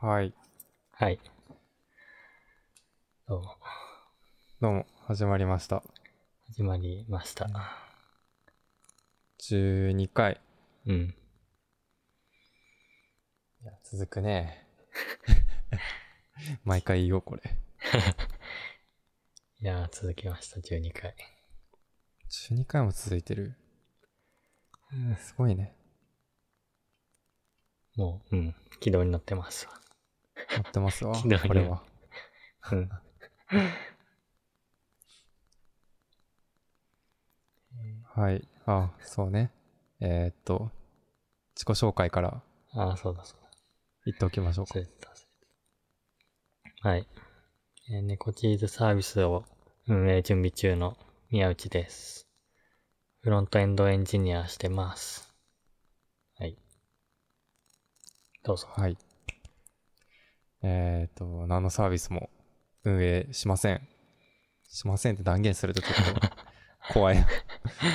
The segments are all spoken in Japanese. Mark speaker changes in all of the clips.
Speaker 1: はい。
Speaker 2: はい。どうも、
Speaker 1: どうも、始まりました。
Speaker 2: 始まりました。
Speaker 1: 12回。
Speaker 2: うん。
Speaker 1: いや、続くね。 毎回言おう、これ。
Speaker 2: いやー、続きました、12回。
Speaker 1: 12回も続いてる。すごいね。
Speaker 2: もう、うん、軌道に乗ってますわ。
Speaker 1: やってますわ、
Speaker 2: ひどいね
Speaker 1: これは。
Speaker 2: うん。
Speaker 1: はい。あ、そうね。えー、っと、自己紹介から
Speaker 2: ああ、そうだそうだ。
Speaker 1: 言っておきましょう
Speaker 2: 忘
Speaker 1: か。
Speaker 2: れてた、忘れてた。はい。えー、猫チーズサービスを運営準備中の宮内です。フロントエンドエンジニアしてます。はい。どうぞ。
Speaker 1: はい。えー、っと、何のサービスも運営しません。しませんって断言するとちょ っと怖いな。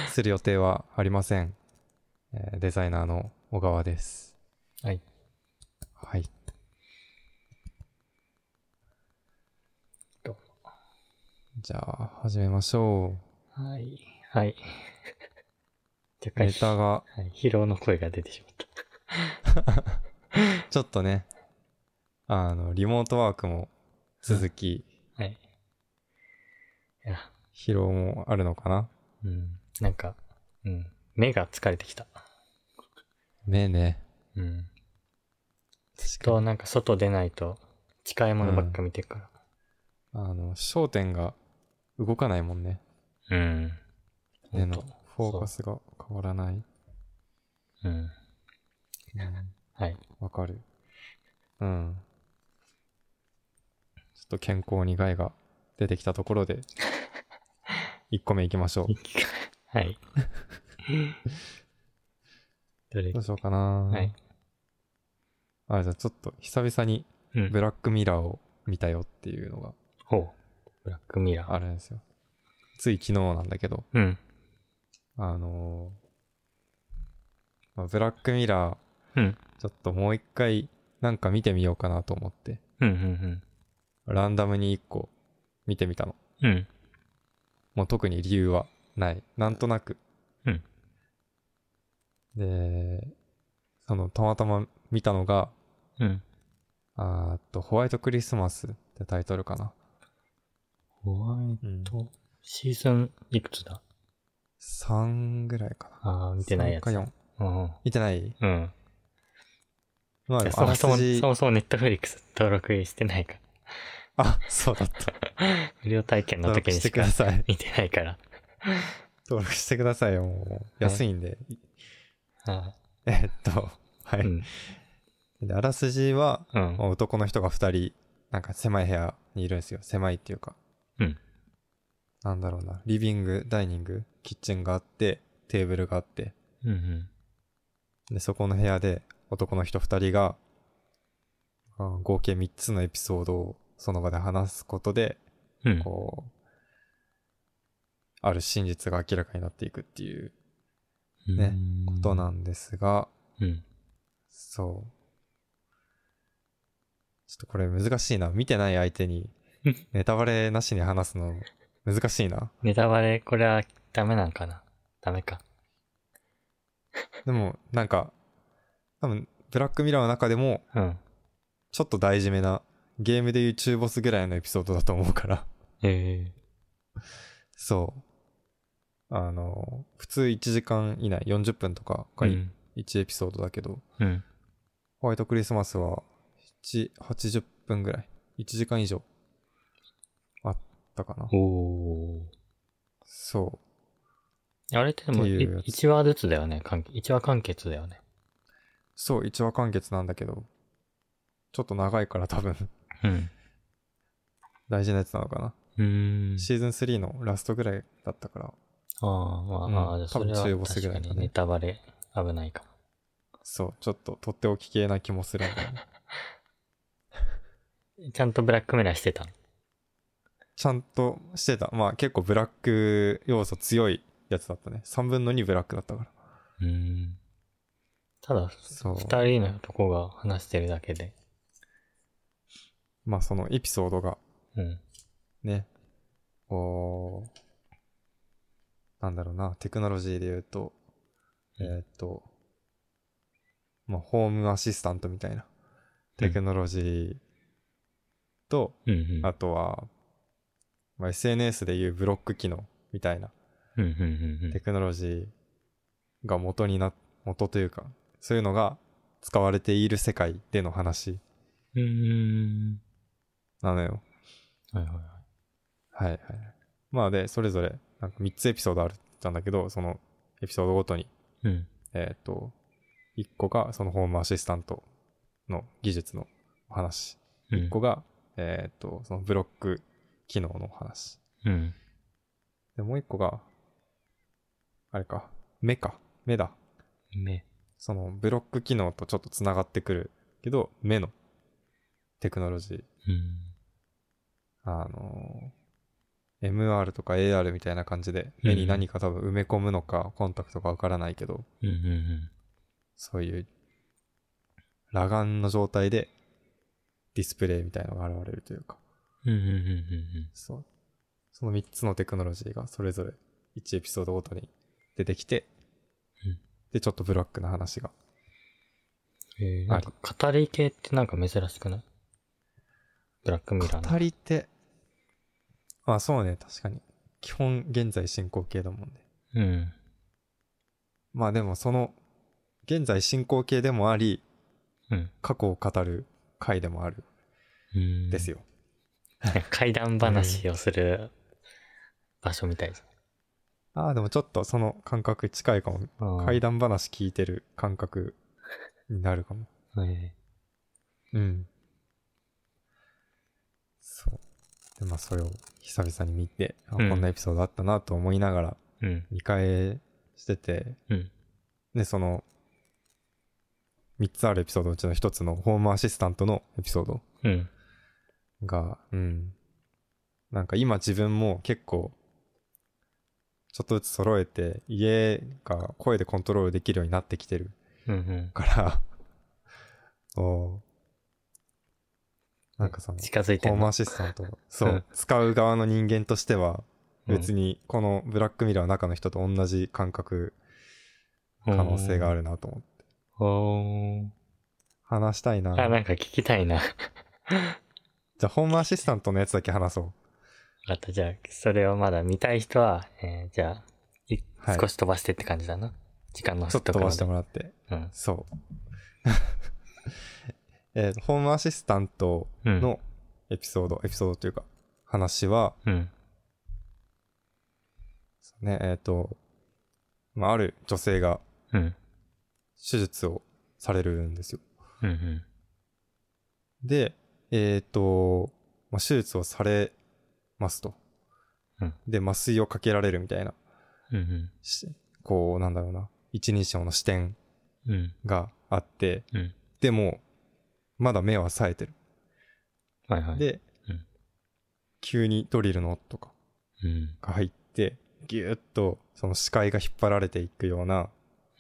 Speaker 1: する予定はありません。えーデザイナーの小川です。
Speaker 2: はい。
Speaker 1: はい。
Speaker 2: どうも
Speaker 1: じゃあ、始めましょ
Speaker 2: はい。はい。
Speaker 1: う。
Speaker 2: 若干
Speaker 1: ネタが、
Speaker 2: はい、疲労の声が出てしまった。
Speaker 1: ちょっとね、あの、リモートワークも続き、
Speaker 2: はい。いや、
Speaker 1: 疲労もあるのかな
Speaker 2: うん、なんか、うん、目が疲れてきた。
Speaker 1: 目ね。
Speaker 2: うん。
Speaker 1: 確
Speaker 2: と、なんか外出ないと、近いものばっか見てるか
Speaker 1: あの、焦点が動かないもんね。
Speaker 2: ら。うん。ほ
Speaker 1: 目
Speaker 2: ん
Speaker 1: の
Speaker 2: と
Speaker 1: フォーカスが変わらない。
Speaker 2: そう。うん。
Speaker 1: うん
Speaker 2: はい。
Speaker 1: わかる。うん。ちょっと健康に害が出てきたところ で、1個目いきましょう。
Speaker 2: はい。 どれ
Speaker 1: どうしようかな。
Speaker 2: はい。
Speaker 1: あ、じゃあちょっと久々に
Speaker 2: うん
Speaker 1: ブ。ラックミラーを見たよっていうのが
Speaker 2: ほう。ブラックミラー。
Speaker 1: あるんですよ。つい昨日なんだけど、
Speaker 2: うん。
Speaker 1: あのーまあ、ブラックミラー、
Speaker 2: うん。
Speaker 1: ちょっともう一回なんか見てみようかなと思って、
Speaker 2: うん。うん。
Speaker 1: ランダムに一個見てみたの。
Speaker 2: うん。うん。
Speaker 1: もう特に理由はない。なんとなく。
Speaker 2: うん
Speaker 1: で、その、たまたま見たのが、
Speaker 2: うん。
Speaker 1: あーっと、ホワイトクリスマスってタイトルかな。
Speaker 2: ホワイ
Speaker 1: うん、
Speaker 2: ト、シーズンいくつだ
Speaker 1: 3ぐらいかな。
Speaker 2: ああ、見てないやつ。
Speaker 1: 3か4。
Speaker 2: うん。
Speaker 1: 見てない
Speaker 2: うん。
Speaker 1: まあ
Speaker 2: い
Speaker 1: で
Speaker 2: や
Speaker 1: も
Speaker 2: そ
Speaker 1: あ
Speaker 2: も
Speaker 1: ら
Speaker 2: そも、
Speaker 1: すじ
Speaker 2: そもそもネットフリックス登録してないから。
Speaker 1: あ、そうだった。
Speaker 2: 無料体験の
Speaker 1: 登
Speaker 2: 時
Speaker 1: 録
Speaker 2: に
Speaker 1: し
Speaker 2: して
Speaker 1: く
Speaker 2: か
Speaker 1: ださい。
Speaker 2: 見てないから。
Speaker 1: 登録してくださいよ、もう。
Speaker 2: はい
Speaker 1: 安いんで。
Speaker 2: は。
Speaker 1: えっと、はい
Speaker 2: う
Speaker 1: い。
Speaker 2: ん。
Speaker 1: であらすじは、
Speaker 2: うん。
Speaker 1: 男の人が二人、なんか狭い部屋にいるんですよ。狭いっていうか。
Speaker 2: うん。
Speaker 1: なんだろうな。リビング、ダイニング、キッチンがあって、テーブルがあって。
Speaker 2: うんうん。
Speaker 1: で、そこの部屋で男の人二人が、あー合計三つのエピソードをその場で話すことで、
Speaker 2: うん。
Speaker 1: こう、ある真実が明らかになっていくっていうね
Speaker 2: うん
Speaker 1: ことなんですが、
Speaker 2: うん。
Speaker 1: そう。ちょっとこれ難しいな。見てない相手にネタバレなしに話すの難しいな。
Speaker 2: ネタバレ、これはダメなんかなダメか。
Speaker 1: でもなんか、多分ブラックミラーの中でも
Speaker 2: うん。
Speaker 1: ちょっと大事めなゲームでいう中ボスぐらいのエピソードだと思うから。
Speaker 2: え
Speaker 1: そう。あの、普通1時間以内、40分とか
Speaker 2: え
Speaker 1: が1エピソードだけど、
Speaker 2: うん。
Speaker 1: ホワイトクリスマスは7、80分ぐらい。1時間以上あったかな。
Speaker 2: おー。
Speaker 1: そう。
Speaker 2: あれってで
Speaker 1: っ
Speaker 2: も、
Speaker 1: ていうやつ
Speaker 2: 1話ずつだよね。完1話完結だよね。
Speaker 1: そう、1話完結なんだけど、ちょっと長いから多分
Speaker 2: うん。
Speaker 1: 大事なやつなのかな。
Speaker 2: うーん。
Speaker 1: シーズン3のラストぐらいだったから、
Speaker 2: ああ、まあ、ま
Speaker 1: う
Speaker 2: あ、
Speaker 1: ん
Speaker 2: じゃあそれは
Speaker 1: 多分中ボスぐ
Speaker 2: 確
Speaker 1: ら
Speaker 2: か
Speaker 1: いだね
Speaker 2: にネタバレ危ないかも。
Speaker 1: そう、ちょっととっておき系な気もするんだよね。
Speaker 2: ちゃんとブラックミラーしてたの。
Speaker 1: ちゃんとしてた。まあ結構ブラック要素強いやつだったね。3分の2ブラックだったから。
Speaker 2: うん。ただ、
Speaker 1: そう。
Speaker 2: 二人のとこが話してるだけで、
Speaker 1: まあそのエピソードが
Speaker 2: うん。
Speaker 1: ね、こう、なんだろうな、テクノロジーで言うと、え
Speaker 2: うん
Speaker 1: ーっと、まあホームアシスタントみたいなテクノロジーと、
Speaker 2: うんうん。
Speaker 1: あとは、まあ、SNS でいうブロック機能みたいな
Speaker 2: うんうんうんうん
Speaker 1: テクノロジーが元にな、元というか、そういうのが使われている世界での話
Speaker 2: うんうん
Speaker 1: なのよ。
Speaker 2: うん。はいはいはい。
Speaker 1: はいはい。まあで、それぞれ、なんか3つエピソードあったんだけど、そのエピソードごとに、
Speaker 2: うん。
Speaker 1: えーっ、と、1個がそのホームアシスタントの技術のお話。
Speaker 2: うん
Speaker 1: 1個が、えーっ、と、そのブロック機能のお話。
Speaker 2: うん。
Speaker 1: で、もう1個が、あれか、目か、目だ。
Speaker 2: 目。
Speaker 1: そのブロック機能とちょっとつながってくるけど、目のテクノロジー。
Speaker 2: うん。
Speaker 1: あのー MR とか AR みたいな感じで目に何か多分埋め込むのかコンタクトかわからないけど、
Speaker 2: うんうんうん。
Speaker 1: そういう裸眼の状態でディスプレイみたいのが現れるというか、
Speaker 2: うんうんうんうん
Speaker 1: そう。その3つのテクノロジーがそれぞれ1エピソードごとに出てきて、
Speaker 2: うん
Speaker 1: で、ちょっとブラックな話が。
Speaker 2: うん。えー、なんか語り系ってなんか珍しくないブラックミラー
Speaker 1: 語
Speaker 2: の。
Speaker 1: り手。まあそうね、確かに。基本現在進行形だもんね。
Speaker 2: うん。
Speaker 1: まあでもその、現在進行形でもあり、
Speaker 2: うん。
Speaker 1: 過去を語る回でもある
Speaker 2: うん。
Speaker 1: ですよ。
Speaker 2: 怪談話をする場所みたいです。
Speaker 1: ああ、でもちょっとその感覚近いかも。怪談話聞いてる感覚になるかも。
Speaker 2: 談。え
Speaker 1: うん。そう。で、まあそれを久々に見て、あ
Speaker 2: うん
Speaker 1: こんなエピソードあったなと思いながら
Speaker 2: えうん。
Speaker 1: 見返してて、
Speaker 2: うん。
Speaker 1: で、その、3つあるエピソードのうちの1つのホームアシスタントのエピソード
Speaker 2: うん。
Speaker 1: が、うん。なんか今自分も結構、ちょっとずつ揃えて、家が声でコントロールできるようになってきてる
Speaker 2: うんうん。
Speaker 1: から、 おなんかその、
Speaker 2: 近づいて
Speaker 1: ホー
Speaker 2: る
Speaker 1: ム
Speaker 2: の。、
Speaker 1: アシスタント、そううん使う側の人間としては、別
Speaker 2: に
Speaker 1: にこのブラックミラーの中の人と同じ感覚、可能性があ
Speaker 2: る。
Speaker 1: るなと思って。
Speaker 2: おー
Speaker 1: 話したいな。
Speaker 2: あ、
Speaker 1: じ
Speaker 2: なんか聞きたいな。
Speaker 1: ゃあ、ホームアシスタントのやつだけ話そう。
Speaker 2: あった。じゃあ、それをまだ見たい人は、えーじゃあ、い
Speaker 1: はい
Speaker 2: 少し飛ばしてって感じだな。時間の
Speaker 1: ちょっと飛ばして
Speaker 2: も。
Speaker 1: もらって。
Speaker 2: うん。
Speaker 1: そう。 えーホームアシスタント
Speaker 2: うん。
Speaker 1: のエピソード、エピソードというか、話は、
Speaker 2: うん。
Speaker 1: そうね、えっ、と、まあ、ある女性が
Speaker 2: うん。
Speaker 1: 手術をされるんですよ。
Speaker 2: うん。うん。
Speaker 1: で、えっ、と、まあ、手術をされますと。
Speaker 2: うん
Speaker 1: で、麻酔をかけられるみたいな、
Speaker 2: うん。
Speaker 1: しこう、なんだろうな、一人称の視点
Speaker 2: うん。
Speaker 1: があって、
Speaker 2: うん。
Speaker 1: でも、まだ目は冴えてる。
Speaker 2: はいはい。、
Speaker 1: で、
Speaker 2: うん
Speaker 1: 急にドリルの音とか
Speaker 2: うん。
Speaker 1: が入って、ぎゅーっとその視界が引っ張られていくような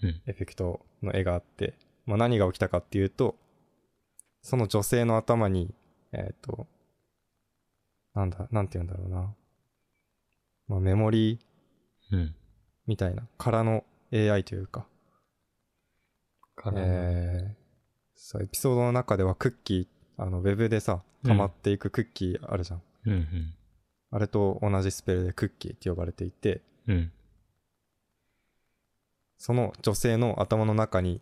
Speaker 2: うん
Speaker 1: エフェクトの絵があって、まあ、何が起きたかっていうと、その女性の頭に、えっ、と、なんだ、なんて言うんだろうな。まあ、メモリー
Speaker 2: うん。
Speaker 1: みたいな、からの AI というか、
Speaker 2: から、
Speaker 1: えーそう、エピソードの中ではクッキー、あの、ウェブでさ、溜まっていくクッキーあるじゃん。
Speaker 2: うんうん。
Speaker 1: あれと同じスペルでクッキーって呼ばれていて、
Speaker 2: うん。
Speaker 1: その女性の頭の中に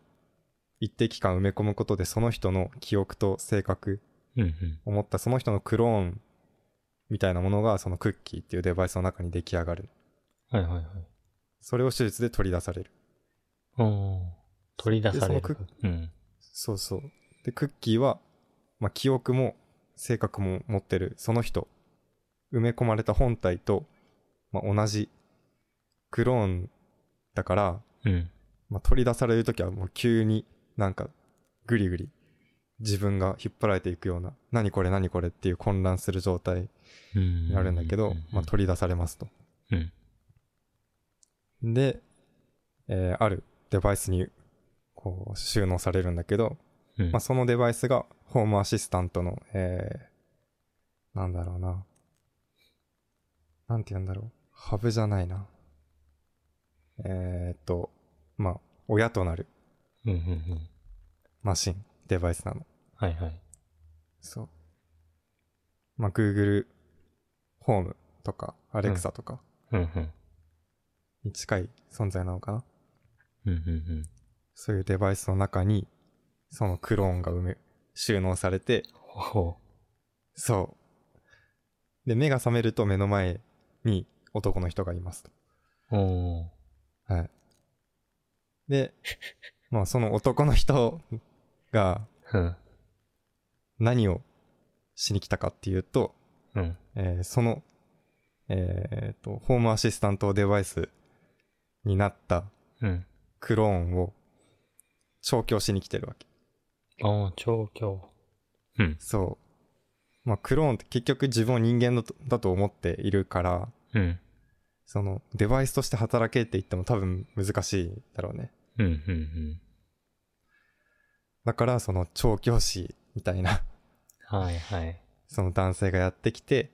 Speaker 1: 一定期間埋め込むことでその人の記憶と性格、
Speaker 2: うん。うん。
Speaker 1: 思ったその人のクローンみたいなものがそのクッキーっていうデバイスの中に出来上がる。
Speaker 2: はいはいはい。
Speaker 1: それを手術で取り出される。
Speaker 2: おお。取り出され
Speaker 1: でその
Speaker 2: る
Speaker 1: ク。
Speaker 2: うん。
Speaker 1: そうそう。で、クッキーは、まあ、記憶も性格も持ってるその人、埋め込まれた本体と、まあ、同じクローンだから、
Speaker 2: うん。
Speaker 1: まあ、取り出されるときはもう急になんかぐりぐり自分が引っ張られていくような何これ何これっていう混乱する状態
Speaker 2: うん。
Speaker 1: になるんだけど、まあ、取り出されますと。
Speaker 2: うん。
Speaker 1: で、えーあるデバイスにこう収納されるんだけど、
Speaker 2: うん。
Speaker 1: まあ、そのデバイスがホームアシスタントの、えーなんだろうな。なんて言うんだろう。ハブじゃないな。えー、っと、まあ、親となる
Speaker 2: うんうんうん。
Speaker 1: マシン、デバイスなの。
Speaker 2: はいはい。
Speaker 1: そう。まあ、Google ホームとか Alexa とか
Speaker 2: うんうん。
Speaker 1: に近い存在なのかな、
Speaker 2: うんうん
Speaker 1: そういうデバイスの中に、そのクローンが埋め、収納されて、
Speaker 2: うん。ほ
Speaker 1: そう。で、目が覚めると目の前に男の人がいますと。
Speaker 2: う。お
Speaker 1: はい。で、 まあ、その男の人が
Speaker 2: ー。うん。
Speaker 1: 何をしに来たかっていうと、
Speaker 2: うん。
Speaker 1: えーその、えーと、ホームアシスタントデバイスになった
Speaker 2: うん。
Speaker 1: クローンを調教しに来てるわけ。
Speaker 2: おー、調教。うん。
Speaker 1: そう。まあ、クローンって結局自分を人間だとだと思っているから、
Speaker 2: うん。
Speaker 1: そのデバイスとして働けって言っても多分難しいだろうね。
Speaker 2: うんうん
Speaker 1: だからその調教師みたいな
Speaker 2: うん。はいはい。
Speaker 1: その男性がやってきて、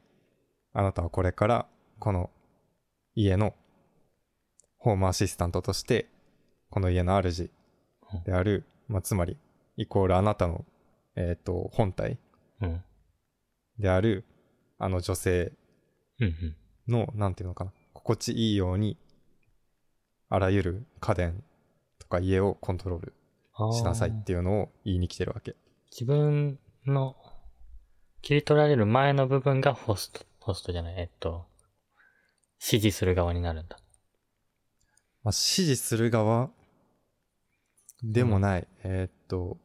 Speaker 1: あなたはこれからこの家のホームアシスタントとして、この家の主である、まあ、つまり、イコールあなたの、えっ、と、本体
Speaker 2: うん。
Speaker 1: である、あの女性
Speaker 2: うんうん。
Speaker 1: の、なんていうのかな、心地いいように、あらゆる家電とか家をコントロール
Speaker 2: あー
Speaker 1: しなさいっていうのを言いに来てるわけ。
Speaker 2: 自分の切り取られる前の部分がホスト、ホストじゃない、えっと、指示する側になるんだ。
Speaker 1: まあ、指示する側でもない。えーっと、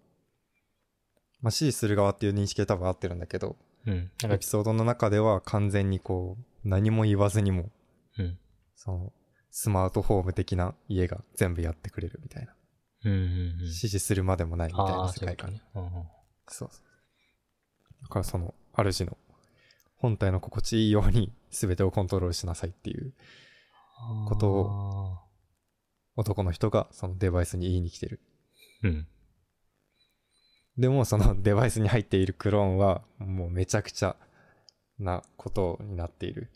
Speaker 1: まあ、指示する側っていう認識で多分合ってるんだけど、
Speaker 2: うん。な
Speaker 1: エ
Speaker 2: ん
Speaker 1: ピ
Speaker 2: か、
Speaker 1: ソードの中では完全にこう、何も言わずにも、
Speaker 2: うん。
Speaker 1: その、スマートホーム的な家が全部やってくれるみたいな。
Speaker 2: うんうんうん。
Speaker 1: 指示するまでもないみたい
Speaker 2: あ
Speaker 1: な
Speaker 2: あ、
Speaker 1: 世
Speaker 2: そうい
Speaker 1: 界
Speaker 2: うこと
Speaker 1: 観
Speaker 2: ね。うんうん。
Speaker 1: そうそう。だからその、主の本体の心地いいように全てをコントロールしなさいっていうこと
Speaker 2: を。
Speaker 1: 男の人がそのデバイスに言いに来てる。
Speaker 2: うん。
Speaker 1: でもその デバイスに入っているクローンはもうめちゃくちゃなことになっている。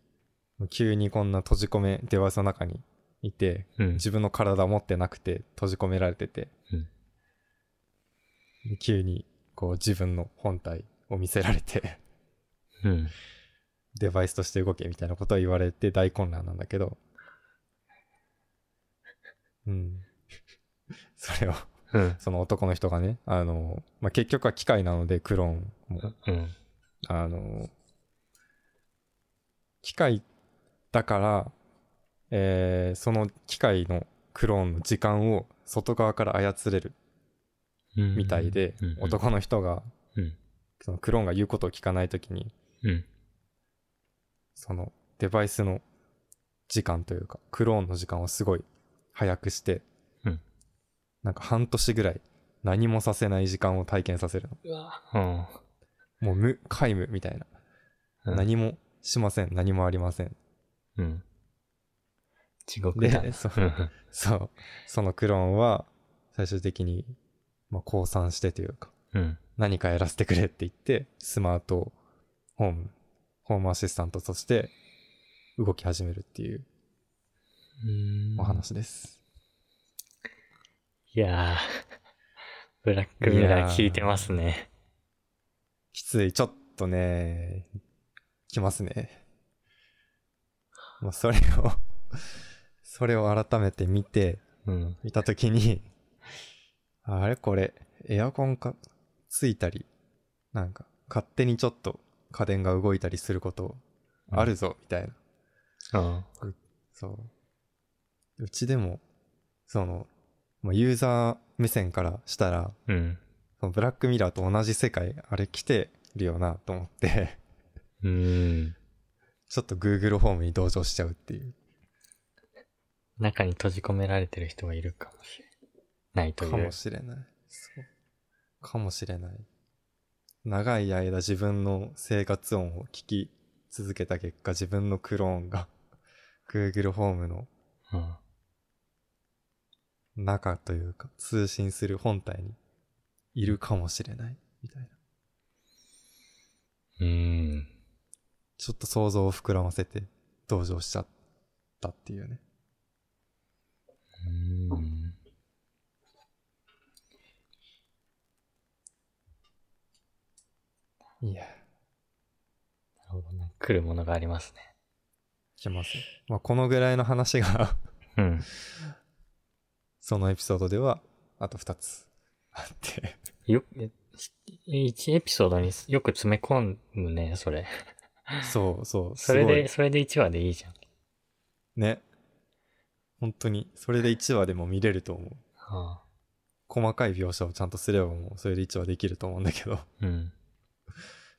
Speaker 1: もう急にこんな閉じ込め、デバイスの中にいて、
Speaker 2: うん。
Speaker 1: 自分の体持ってなくて閉じ込められてて、
Speaker 2: うん
Speaker 1: で急にこう自分の本体を見せられて
Speaker 2: うん。
Speaker 1: デバイスとして動けみたいなことを言われて大混乱なんだけど、うん。 それを、
Speaker 2: うん。
Speaker 1: その男の人がね、あの、まあ、結局は機械なので、クローンも、
Speaker 2: うん。
Speaker 1: あの、機械だから、えーその機械のクローンの時間を外側から操れる
Speaker 2: うん。
Speaker 1: みたいで、
Speaker 2: うんうん
Speaker 1: 男の人が、
Speaker 2: うん
Speaker 1: そのクローンが言うことを聞かないときに、
Speaker 2: うん。
Speaker 1: そのデバイスの時間というか、クローンの時間をすごい早くして、
Speaker 2: うん
Speaker 1: なんか半年ぐらい何もさせない時間を体験させるの。
Speaker 2: うわ。うん。
Speaker 1: もう無、皆無みたいな。
Speaker 2: うん
Speaker 1: 何もしません。何もありません。
Speaker 2: うん。地獄だ。
Speaker 1: で、そ
Speaker 2: うん
Speaker 1: そう。そのクローンは最終的に、まあ、降参してというか、
Speaker 2: うん。
Speaker 1: 何かやらせてくれって言って、スマートホーム、ホームアシスタントとして動き始めるっていう
Speaker 2: うん。
Speaker 1: お。話です。
Speaker 2: いやー。ブラックミラー効いてますね。
Speaker 1: きつい。ちょっとね、きますね。まあ、それを、 それを改めて見て、
Speaker 2: うん。
Speaker 1: 見たときに、あれこれ、エアコンか、ついたり、なんか、勝手にちょっと家電が動いたりすること、あるぞ、みたいな。
Speaker 2: うん。
Speaker 1: そう。うちでも、その、まあユーザー目線からしたら、
Speaker 2: うん。
Speaker 1: そのブラックミラーと同じ世界、あれ来てるよな、と思って。
Speaker 2: うん。
Speaker 1: ちょっと Google ホームに同情しちゃうっていう。
Speaker 2: 中に閉じ込められてる人がいるかもしれないとい
Speaker 1: か
Speaker 2: う
Speaker 1: も。しれない。そう。かもしれない。長い間自分の生活音を聞き続けた結果、自分のクローンが Google ホームの
Speaker 2: うん。
Speaker 1: 中というか、通信する本体にいるかもしれない。みたいな。
Speaker 2: うん。
Speaker 1: ちょっと想像を膨らませて同情しちゃったっていうね。
Speaker 2: うーん。
Speaker 1: いや、
Speaker 2: なるほどね。来るものがありますね。
Speaker 1: 来ます。まあ、このぐらいの話が、
Speaker 2: うん。
Speaker 1: そのエピソードでは、あと2つあって。
Speaker 2: よ、え一エピソードによく詰め込むね、それ。
Speaker 1: そうそう。
Speaker 2: それで、それで1話でいいじゃん。
Speaker 1: ね。本当に、それで1話でも見れると思う。
Speaker 2: はあ、
Speaker 1: 細かい描写をちゃんとすればもう、それで1話できると思うんだけど、
Speaker 2: うん。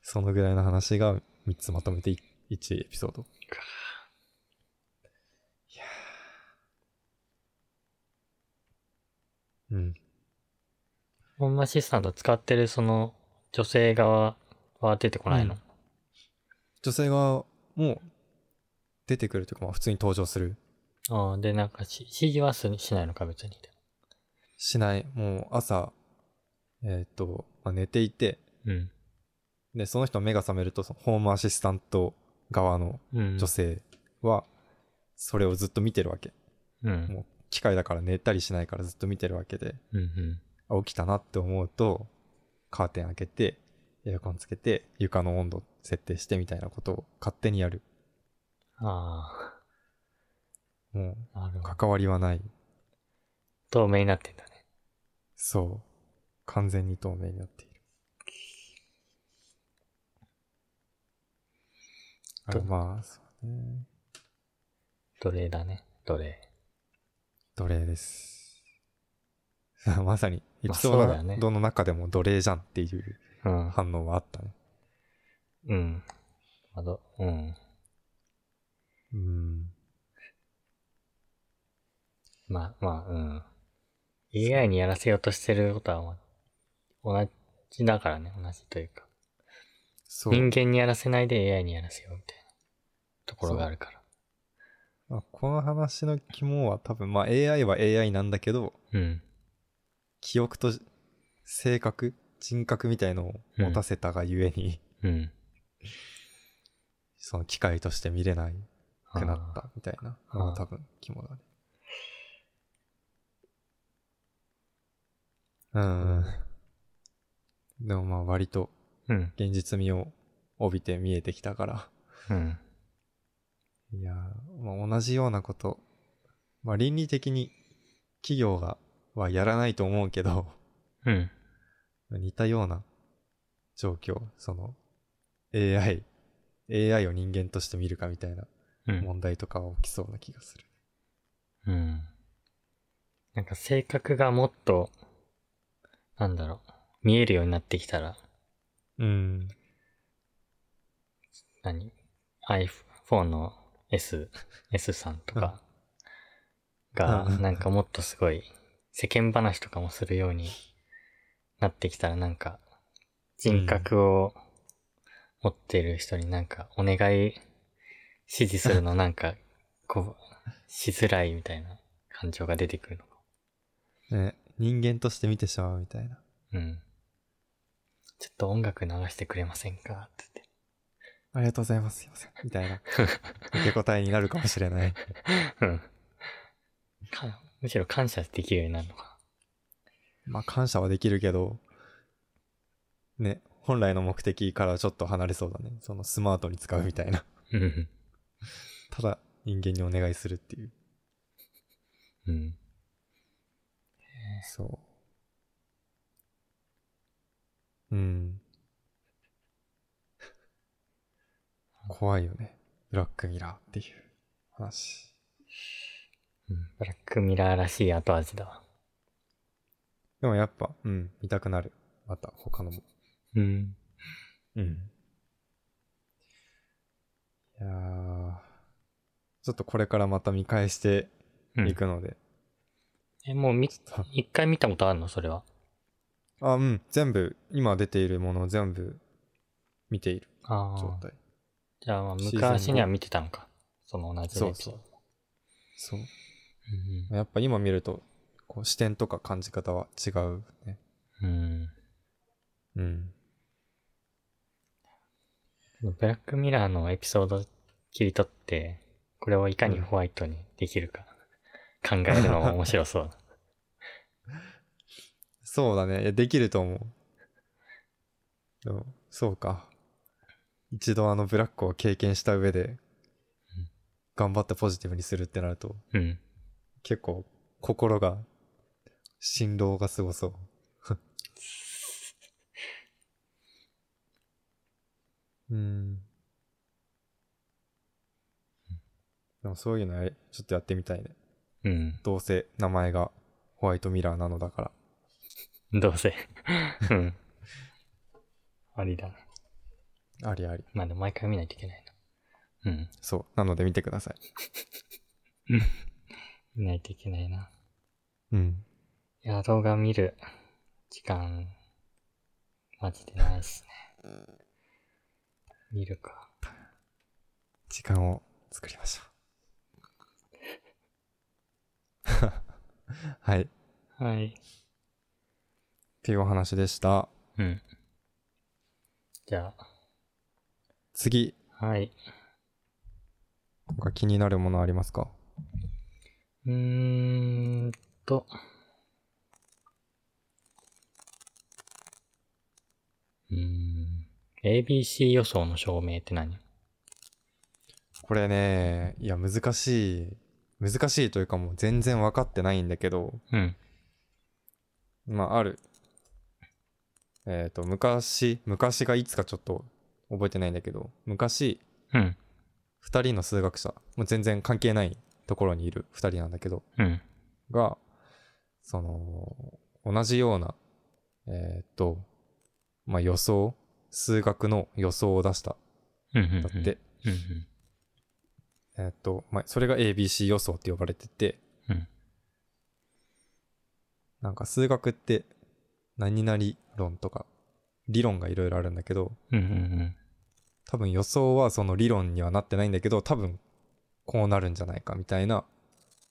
Speaker 1: そのぐらいの話が3つまとめて1エピソード。いやーうん。
Speaker 2: ホンマシスタント使ってるその女性側は出てこないの、
Speaker 1: うん女性がもう出てくるというか、まあ普通に登場する。
Speaker 2: ああ、で、なんかし、指示はすしないのか、別に。
Speaker 1: しない。もう朝、えーっと、まあ、寝ていて、
Speaker 2: うん。
Speaker 1: で、その人目が覚めると、そのホームアシスタント側の
Speaker 2: うん。
Speaker 1: 女性は、それをずっと見てるわけ。
Speaker 2: うん。
Speaker 1: もう機械だから寝たりしないからずっと見てるわけで、
Speaker 2: うん。うん。
Speaker 1: あ起きたなって思うと、カーテン開けて、エアコンつけて、床の温度設定してみたいなことを勝手にやる。
Speaker 2: あ
Speaker 1: も
Speaker 2: あ、なる
Speaker 1: う、
Speaker 2: ほど。
Speaker 1: 関わりはない。
Speaker 2: 透明になってんだね。
Speaker 1: そう。完全に透明になっている。あ
Speaker 2: と
Speaker 1: まあ、そうね。
Speaker 2: 奴隷だね。奴隷。
Speaker 1: 奴隷です。 まさに、エピソ
Speaker 2: そうだよね
Speaker 1: ードの中でも奴隷じゃんっていう
Speaker 2: うん。
Speaker 1: 反応はあったね。
Speaker 2: うん。まだ、うん。
Speaker 1: うん。
Speaker 2: まあ、まあ、うん。AI にやらせようとしてることは、まあ、同じだからね、同じというか。
Speaker 1: そう。
Speaker 2: 人間にやらせないで AI にやらせようみたいなところがあるから。
Speaker 1: まあこの話の肝は多分、まあ AI は AI なんだけど、
Speaker 2: うん。
Speaker 1: 記憶と性格、人格みたいのを持たせたがゆえに、
Speaker 2: うん。
Speaker 1: その機械として見れないくなっ
Speaker 2: あ
Speaker 1: たみたいなの
Speaker 2: あ
Speaker 1: が
Speaker 2: ー
Speaker 1: 多分肝だね。うん。でもまあ割と
Speaker 2: ー。うん。
Speaker 1: 現実味を帯びて見えてきたから。
Speaker 2: うん。
Speaker 1: いやー、まあ、同じようなこと。まあ倫理的に企業がはやらないと思うけど、
Speaker 2: うん。
Speaker 1: 似たような状況、その AI、AI を人間として見るかみたいな
Speaker 2: うん。
Speaker 1: 問題とかは起きそうな気がする。
Speaker 2: うん。なんか性格がもっと、なんだろう、見えるようになってきたら、
Speaker 1: うん。
Speaker 2: 何 ?iPhone の S、S さんとかが
Speaker 1: う、ん
Speaker 2: なんかもっとすごい、世間話とかもするようになってきたら、なんか、人格を持ってる人になんか、お願い、指示するのなんか、こう、しづらいみたいな感情が出てくるのか。
Speaker 1: ね、人間として見てしまうみたいな。
Speaker 2: うん。ちょっと音楽流してくれませんか って言っ
Speaker 1: ありがとうございます、すいません。みたいな。受け答えになるかもしれない。
Speaker 2: て。うん。かむしろ感謝できるようになるのか
Speaker 1: まあ、感謝はできるけど、ね、本来の目的からちょっと離れそうだね。そのスマートに使うみたいな。
Speaker 2: な。うん。
Speaker 1: ただ、人間にお願いするっていう。
Speaker 2: うん。
Speaker 1: そう。うん。怖いよね。ブラックミラーっていう話。
Speaker 2: ブラックミラーらしい後味だわ。
Speaker 1: でもやっぱ、うん、見たくなる。また、他のも。
Speaker 2: うん。
Speaker 1: うん。いやー、ちょっとこれからまた見返していくので、
Speaker 2: え、もうみ、
Speaker 1: ちょっ
Speaker 2: 一回見たことあるのそれは。
Speaker 1: と、あ、うん、全部、今出ているものを全部見ている
Speaker 2: あ
Speaker 1: 状
Speaker 2: あ。
Speaker 1: 態。
Speaker 2: じゃあまあ、
Speaker 1: シーズン
Speaker 2: 昔には見てたのか。その同じエピ
Speaker 1: そ
Speaker 2: ソ
Speaker 1: う
Speaker 2: ー
Speaker 1: そ
Speaker 2: ド。
Speaker 1: そう。
Speaker 2: うん
Speaker 1: やっぱ今見ると、こう視点とか感じ方は違うね。
Speaker 2: うん。
Speaker 1: うん。
Speaker 2: ブラックミラーのエピソード切り取って、これをいかにホワイトにできるか考えるのも面白そう。
Speaker 1: そうだね。いや、できると思う。でもそうか。一度あのブラックを経験した上で、頑張ってポジティブにするってなると、
Speaker 2: うん。
Speaker 1: 結構心が、振動がすごそう。 うん。でもそういうのやれちょっとやってみたいね。
Speaker 2: うん。
Speaker 1: どうせ名前がホワイトミラーなのだから。
Speaker 2: どう せ。うん。ありだな。
Speaker 1: ありあり。
Speaker 2: まあでも毎回見ないといけないな。うん。
Speaker 1: そう。なので見てください。
Speaker 2: 見ないといけないな。
Speaker 1: うん。
Speaker 2: いや、動画見る時間、マジでないっすね。見るか。
Speaker 1: 時間を作りましょう。 はい。っ
Speaker 2: はい。
Speaker 1: ていうお話でした。
Speaker 2: うん。じゃ
Speaker 1: 次、
Speaker 2: あ、はい。
Speaker 1: 他気になるものありますか
Speaker 2: うーんと。うーん。ABC 予想の証明って何
Speaker 1: これね、いや、難しい。難しいというかもう全然分かってないんだけど、
Speaker 2: うん。
Speaker 1: まあ、ある。えっ、と、昔、昔がいつかちょっと覚えてないんだけど、昔、
Speaker 2: うん。
Speaker 1: 二人の数学者、もう全然関係ないところにいる二人なんだけど、
Speaker 2: うん。
Speaker 1: が、その、同じような、えーっと、まあ、予想、数学の予想を出した。
Speaker 2: うんうん。うん
Speaker 1: だって、、
Speaker 2: うん
Speaker 1: えーっと、まあ、それが ABC 予想って呼ばれてて、
Speaker 2: うん
Speaker 1: なんか数学って、何々論とか、理論がいろいろあるんだけど、
Speaker 2: うん。うんうん
Speaker 1: 多分予想はその理論にはなってないんだけど、多分こうなるんじゃないかみたいな、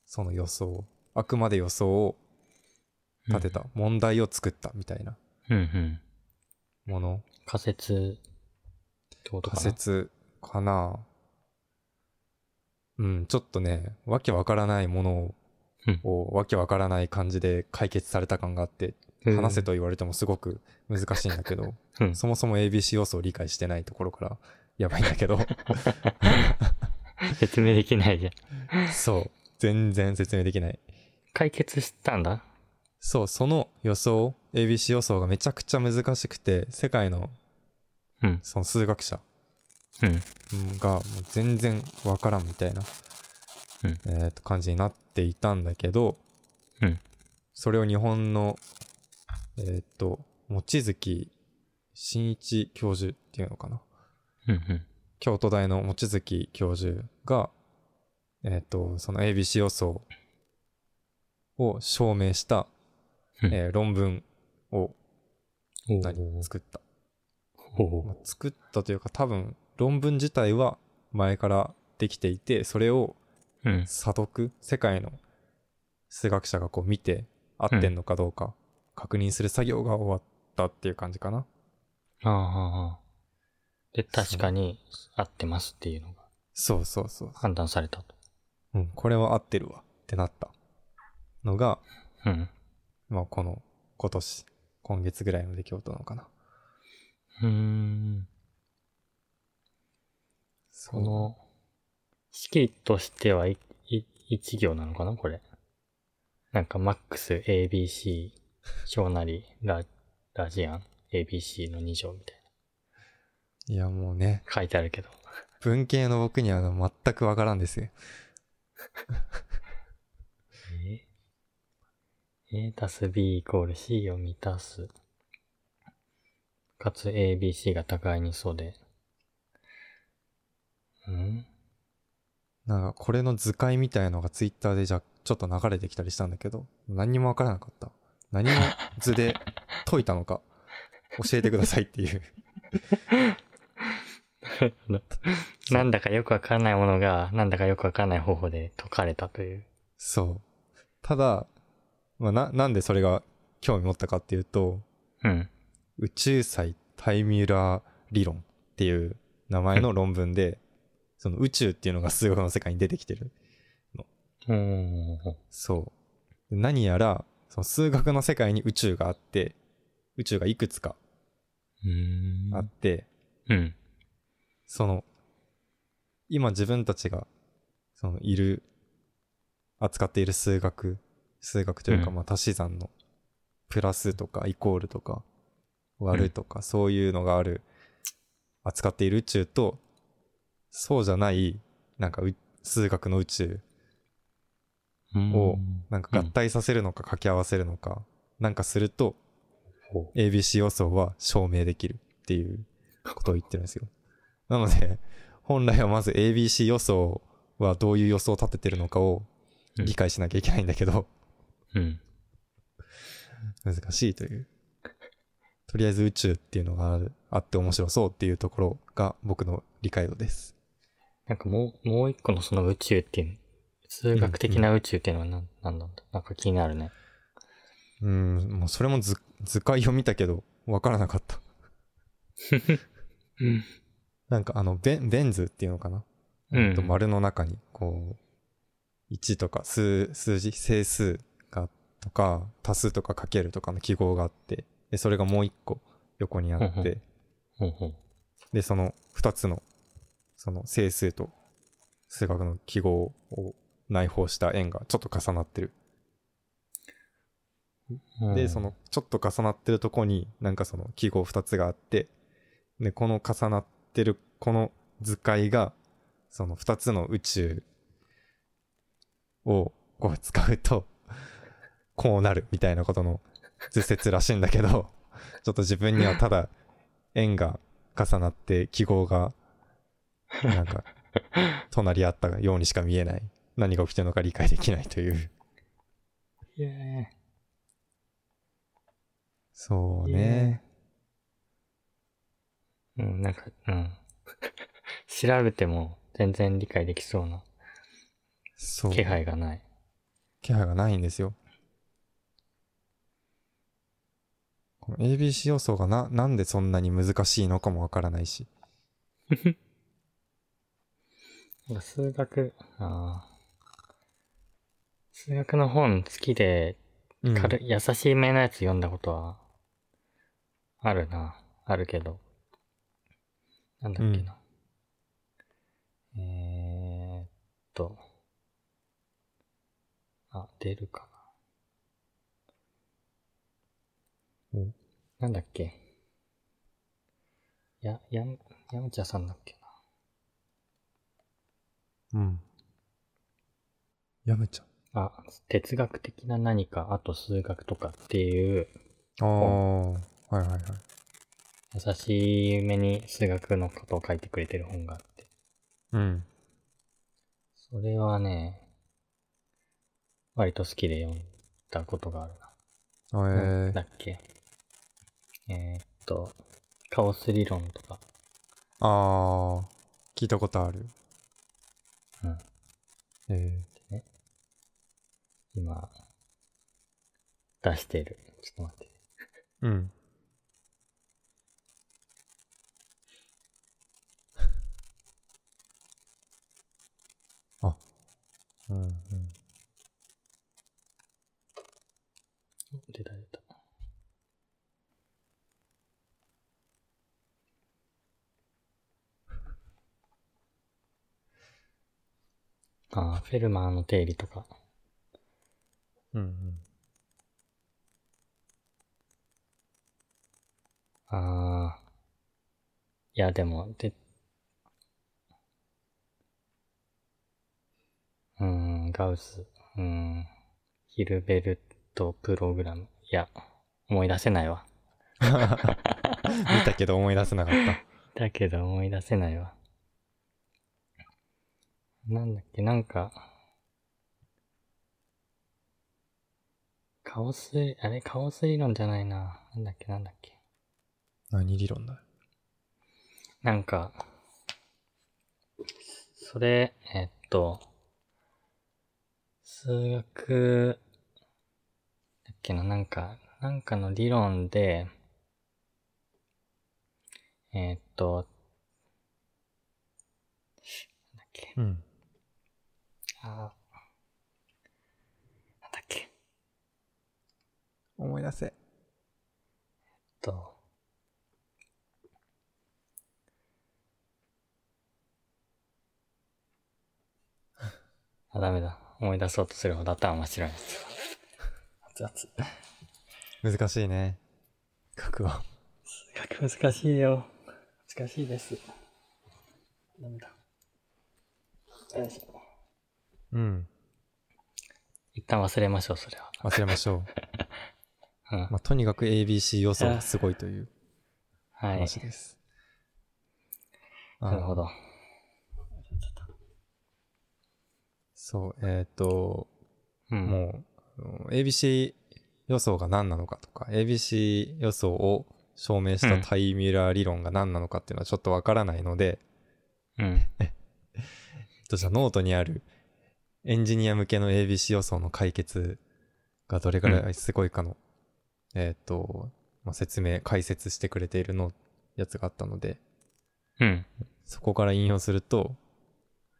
Speaker 1: その予想、あくまで予想を
Speaker 2: うん。
Speaker 1: 立てた、問題を作ったみたいな
Speaker 2: うんうん。
Speaker 1: もの
Speaker 2: 仮説ってことか
Speaker 1: 仮
Speaker 2: な。
Speaker 1: 説かなうん、ちょっとね、わけわからないもの
Speaker 2: うん
Speaker 1: を、わけわからない感じで解決された感があって、
Speaker 2: うん
Speaker 1: 話せと言われてもすごく難しいんだけど、
Speaker 2: うん。
Speaker 1: そもそも ABC 要素を理解してないところからやばいんだけ ど、
Speaker 2: 説明できないじゃん。
Speaker 1: そう、全然説明できない。
Speaker 2: 解決したんだ
Speaker 1: そう、その予想、ABC 予想がめちゃくちゃ難しくて、世界の
Speaker 2: うん。
Speaker 1: その数学者
Speaker 2: うん。
Speaker 1: うんがもう全然わからんみたいな、
Speaker 2: うん
Speaker 1: えーと感じになっていたんだけど、
Speaker 2: うん
Speaker 1: それを日本のえっ、と望月新一教授っていうのかな
Speaker 2: うんうん。
Speaker 1: 京都大の望月教授がえっ、とその ABC 予想を証明した、
Speaker 2: うん
Speaker 1: えー論文を
Speaker 2: お
Speaker 1: 何
Speaker 2: ー
Speaker 1: 作った
Speaker 2: おー
Speaker 1: まあ作ったというか多分論文自体は前からできていてそれを
Speaker 2: うん。
Speaker 1: 査読世界の数学者がこう見て合ってんのかどうか確認する作業が終わったっていう感じかな、
Speaker 2: ああああ。で、確かに合ってますっていうのが
Speaker 1: そうそうそう、
Speaker 2: 判断されたと。
Speaker 1: うん、これは合ってるわってなったのが、
Speaker 2: うん。
Speaker 1: まあ、この今年今月ぐらいの出来事なのかな
Speaker 2: うーん。
Speaker 1: そ
Speaker 2: この、式としてはい、い、一行なのかなこれ。なんか、マックス、ABC、小なり、ラ、ラジアン、ABC の2乗みたい
Speaker 1: いやもうね
Speaker 2: な。書いてあるけど。
Speaker 1: 文系の僕には全くわからんですよ
Speaker 2: え A たす B イコール C を満たす。かつ ABC が互いにそうで。うん
Speaker 1: なんかこれの図解みたいのがツイッターでじゃちょっと流れてきたりしたんだけど何にもわからなかった何の図で解いたのか教えてくださいっていう
Speaker 2: なんだかよくわからないものが、なんだかよくわからない方法で解かれたという。
Speaker 1: そう。ただ、まあ、な、なんでそれが興味持ったかっていうと、
Speaker 2: うん。
Speaker 1: 宇宙祭タイミュラー理論っていう名前の論文で、その宇宙っていうのが数学の世界に出てきてる。
Speaker 2: おー。
Speaker 1: そう。で何やら、その数学の世界に宇宙があって、宇宙がいくつか
Speaker 2: うーん。
Speaker 1: あって、
Speaker 2: うん。
Speaker 1: その、今自分たちが、その、いる、扱っている数学、数学というか、
Speaker 2: うん
Speaker 1: まあ、足し算の、プラスとか、イコールとか、割るとか、そういうのがある、扱っている宇宙と、そうじゃない、なんかう、数学の宇宙、
Speaker 2: うん
Speaker 1: をなんか合
Speaker 2: うん
Speaker 1: 体させるのか掛け合わせるのか、なんかすると、
Speaker 2: ほ
Speaker 1: ABC 予想は証明できるっていうことを言ってるんですよ。なので、 本来はまず ABC 予想はどういう予想を立ててるのかを
Speaker 2: うん
Speaker 1: 理解しなきゃいけないんだけど、
Speaker 2: う。うん。
Speaker 1: 難しいという。とりあえず宇宙っていうのがあるあって面白そうっていうところが僕の理解度です。
Speaker 2: なんかもう、もう一個のその宇宙っていう、数学的な宇宙っていうのは何、なんなんだなんか気になるね。
Speaker 1: うん、もうそれも図図解を見たけど、わからなかった。
Speaker 2: うん。
Speaker 1: なんかあのベン、ベン図っていうのかな、
Speaker 2: うん
Speaker 1: えっと丸の中に、こう、1とか数、数字、整数が、とか、足すとかかけるとかの記号があって、で、それがもう1個横にあ
Speaker 2: うんう
Speaker 1: っ
Speaker 2: ん
Speaker 1: て、
Speaker 2: ほうほう。
Speaker 1: で、その2つの、その整数と数学の記号を内包した円がちょっと重なってる。
Speaker 2: うん
Speaker 1: で、そ、の、ちょっと重なってるとこに、なんかその記号2つがあって、で、この重なってる、この図解が、その2つの宇宙をこう使うと、こうなるみたいなことの図説らしいんだけど、ちょっと自分にはただ円が重なって記号が、なんか、隣り合ったようにしか見えない。何が起きてるのか理解できないという。
Speaker 2: イエ
Speaker 1: そうね。
Speaker 2: ーイうん、なんか、うん。調べても全然理解できそうな
Speaker 1: そう。
Speaker 2: 気配がない。
Speaker 1: 気配がないんですよ。この ABC 予想がな、なんでそんなに難しいのかもわからないし。
Speaker 2: なんか数学、ああ。数学の本好きで、
Speaker 1: うん
Speaker 2: 軽い、優しい目のやつ読んだことは、あるな。あるけど。なんだっけな。えーっと。あ、出るかな
Speaker 1: お。
Speaker 2: なんだっけ。や、やん、やむちゃさんだっけな。
Speaker 1: うん。やめちゃう。
Speaker 2: あ、哲学的な何か、あと数学とかっていう、
Speaker 1: ああ、はいはいはい。
Speaker 2: 優しい目に数学のことを書いてくれてる本があって。
Speaker 1: うん。
Speaker 2: それはね、割と好きで読んだことがある
Speaker 1: あえ
Speaker 2: な。なん
Speaker 1: ー
Speaker 2: だっけ。えー、っと、カオス理論とか。
Speaker 1: ああ、聞いたことある。
Speaker 2: うん。
Speaker 1: え
Speaker 2: 今、出してる。ちょっと待って。
Speaker 1: ー、うん。 あ、うんうん。
Speaker 2: 出た出た。ああ、フェルマーの定理とか。
Speaker 1: うんうん。
Speaker 2: ああ。いや、でも、で、うーん、ガウス、うーん、ヒルベルトプログラム。いや、思い出せないわ。
Speaker 1: 見たけど思い出せなかった。
Speaker 2: だけど思い出せないわ。なんだっけ、なんか、カオス、あれ、カオス理論じゃないな。なんだっけ、なんだっけ。
Speaker 1: 何理論だよ
Speaker 2: なんか、それ、えっと、数学、だっけな、なんか、なんかの理論で、えっと、
Speaker 1: うん。
Speaker 2: あーなんだっけ。えっ
Speaker 1: 思い出せ。
Speaker 2: と。あ、ダメだ。思い出そうとするほど頭白いです。熱々。
Speaker 1: 難しいね。書くわ。
Speaker 2: すごく難しいよ。難しいです。ダメだ。よいしょ
Speaker 1: うん。
Speaker 2: 一旦忘れましょう、それは。
Speaker 1: 忘れましょう。
Speaker 2: うん。
Speaker 1: まあ、とにかく ABC 要素がすごいという
Speaker 2: はい。
Speaker 1: 話です。
Speaker 2: なるほ
Speaker 1: ど。
Speaker 2: ど。
Speaker 1: そう、えっ、と、
Speaker 2: うん。
Speaker 1: もう、あの ABC 予想が何なのかとか、ABC 予想を証明したタイミュラー理論が何なのかっていうのはちょっとわからないので、
Speaker 2: うん。
Speaker 1: えっとじゃあノートにあるエンジニア向けの ABC 予想の解決がどれぐらいすごいかの、えっ、と、まあ、説明、解説してくれているのやつがあったので、
Speaker 2: うん。
Speaker 1: そこから引用すると、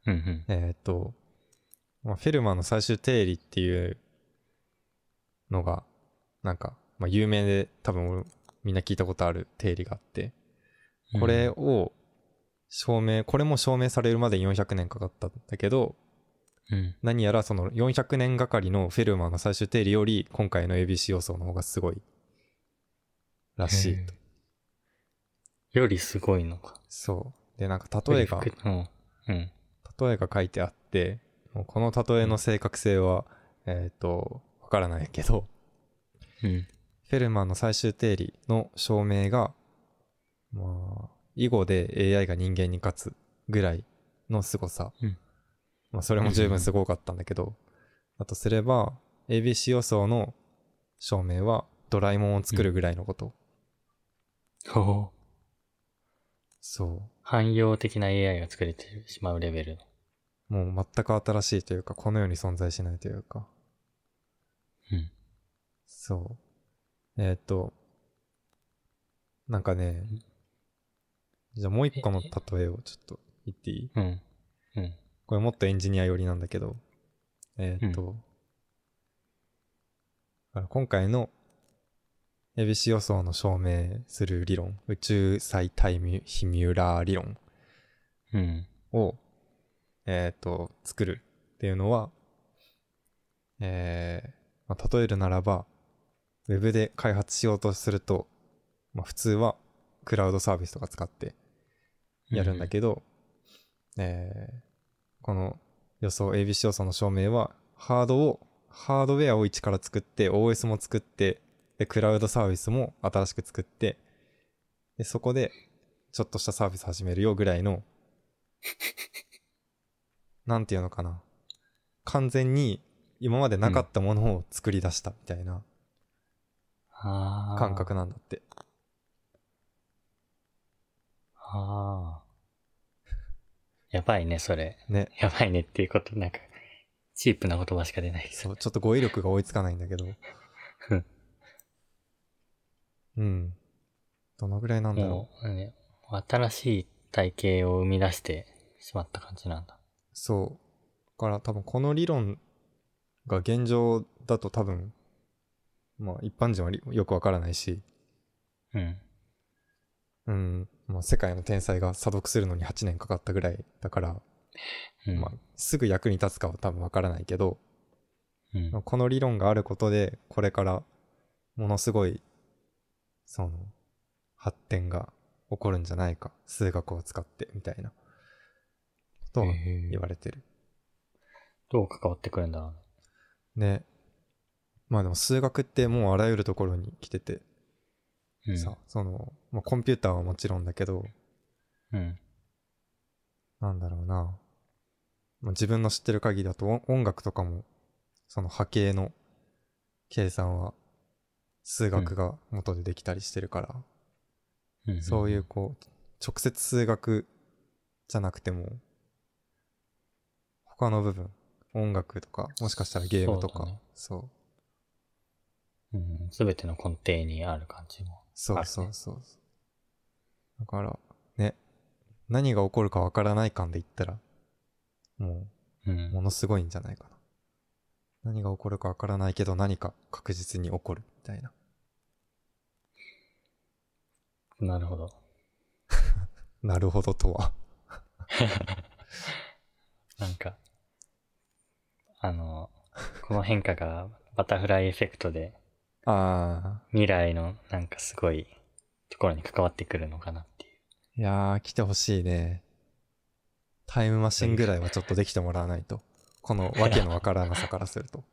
Speaker 2: うん。うん。
Speaker 1: えーっと、まあ、フェルマーの最終定理っていうのが、なんか、まあ、有名で多分俺みんな聞いたことある定理があって、これを証明、これも証明されるまで400年かかったんだけど、
Speaker 2: うん。
Speaker 1: 何やらその400年がかりのフェルマーの最終定理より今回の ABC 予想の方がすごいらしいと。
Speaker 2: よりすごいのか。
Speaker 1: そう。で、なんか例えが
Speaker 2: よ、り深いうん。うん。
Speaker 1: 例えが書いてあって、もうこの例えの正確性は、えっ、と、わからないけど、
Speaker 2: うん。
Speaker 1: フェルマーの最終定理の証明が、まあ、囲碁で AI が人間に勝つぐらいの凄さ。
Speaker 2: うん
Speaker 1: まあ、それも十分すごかったんだけど、だとすれば、ABC 予想の証明はドラえもんを作るぐらいのこと。
Speaker 2: ほほ
Speaker 1: そ
Speaker 2: 汎用的な AI が作れてしまうレベルの。
Speaker 1: う。もう全く新しいというか、この世に存在しないというか。
Speaker 2: うん。
Speaker 1: そう。えーっ、と、なんかね、じゃあもう一個の例えをちょっと言っていい
Speaker 2: うん。うん。
Speaker 1: これもっとエンジニア寄りなんだけど、えーっ、と、あ今回の ABC 予想の証明する理論、宇宙最タイムヒミュラー理論
Speaker 2: うん。
Speaker 1: を、えー、と作るっていうのは、えーまあ、例えるならば Web で開発しようとすると、まあ、普通はクラウドサービスとか使ってやるんだけど、えーこの予想 ABC 予想の証明はハードをハードウェアを一から作って OS も作ってでクラウドサービスも新しく作ってでそこでちょっとしたサービス始めるよぐらいのなんていうのかな完全に今までなかったものを作り出したみたいな
Speaker 2: ああ。
Speaker 1: 感。覚なんだって、
Speaker 2: ああ。やばいね、それ。
Speaker 1: ね
Speaker 2: やばいねっていうこと、なんか、チープな言葉しか出ない。
Speaker 1: そう、ちょっと語彙力が追いつかないんだけど。うん。どのぐらいなんだろ
Speaker 2: もう、ね、新しい体系を生み出してしまった感じなんだ。
Speaker 1: う。そう。だから多分この理論が現状だと多分、まあ一般人はりよくわからないし、
Speaker 2: うん。
Speaker 1: うん、まあ世界の天才が査読するのに8年かかったぐらいだから、
Speaker 2: うん。
Speaker 1: まあすぐ役に立つかは多分わからないけど、
Speaker 2: うん
Speaker 1: まあこの理論があることでこれからものすごいその発展が起こるんじゃないか数学を使ってみたいなことを
Speaker 2: へえ
Speaker 1: 言われてる。
Speaker 2: どう関わってくるんだろうね。
Speaker 1: ね。まあでも数学ってもうあらゆるところに来てて、
Speaker 2: うん
Speaker 1: さその、まあ、コンピューターはもちろんだけど
Speaker 2: うん。
Speaker 1: なんだろうな、まあ、自分の知ってる限りだと音音楽とかもその波形の計算は数学が元でできたりしてるから。
Speaker 2: うん。
Speaker 1: そういうこう、直接数学じゃなくても、他の部分、音楽とか、もしかしたらゲームと
Speaker 2: そう
Speaker 1: か
Speaker 2: だね、
Speaker 1: そう,、
Speaker 2: うん。すべての根底にある感じも。
Speaker 1: そう
Speaker 2: あるね
Speaker 1: そうそうだから、ね、何が起こるかわからない感で言ったら、も
Speaker 2: う
Speaker 1: う、
Speaker 2: ん。
Speaker 1: ものすごいんじゃないかな。何が起こるかわからないけど、何か確実に起こるみたいな。
Speaker 2: なるほど。
Speaker 1: なるほどとは。
Speaker 2: なんか、あの、この変化がバタフライエフェクトで
Speaker 1: あ
Speaker 2: 未来のなんかすごいところに関わってくるのかなっていう。
Speaker 1: ー、いやー、来てほしいね。タイムマシンぐらいはちょっとできてもらわないと。このわけのわからなさからすると。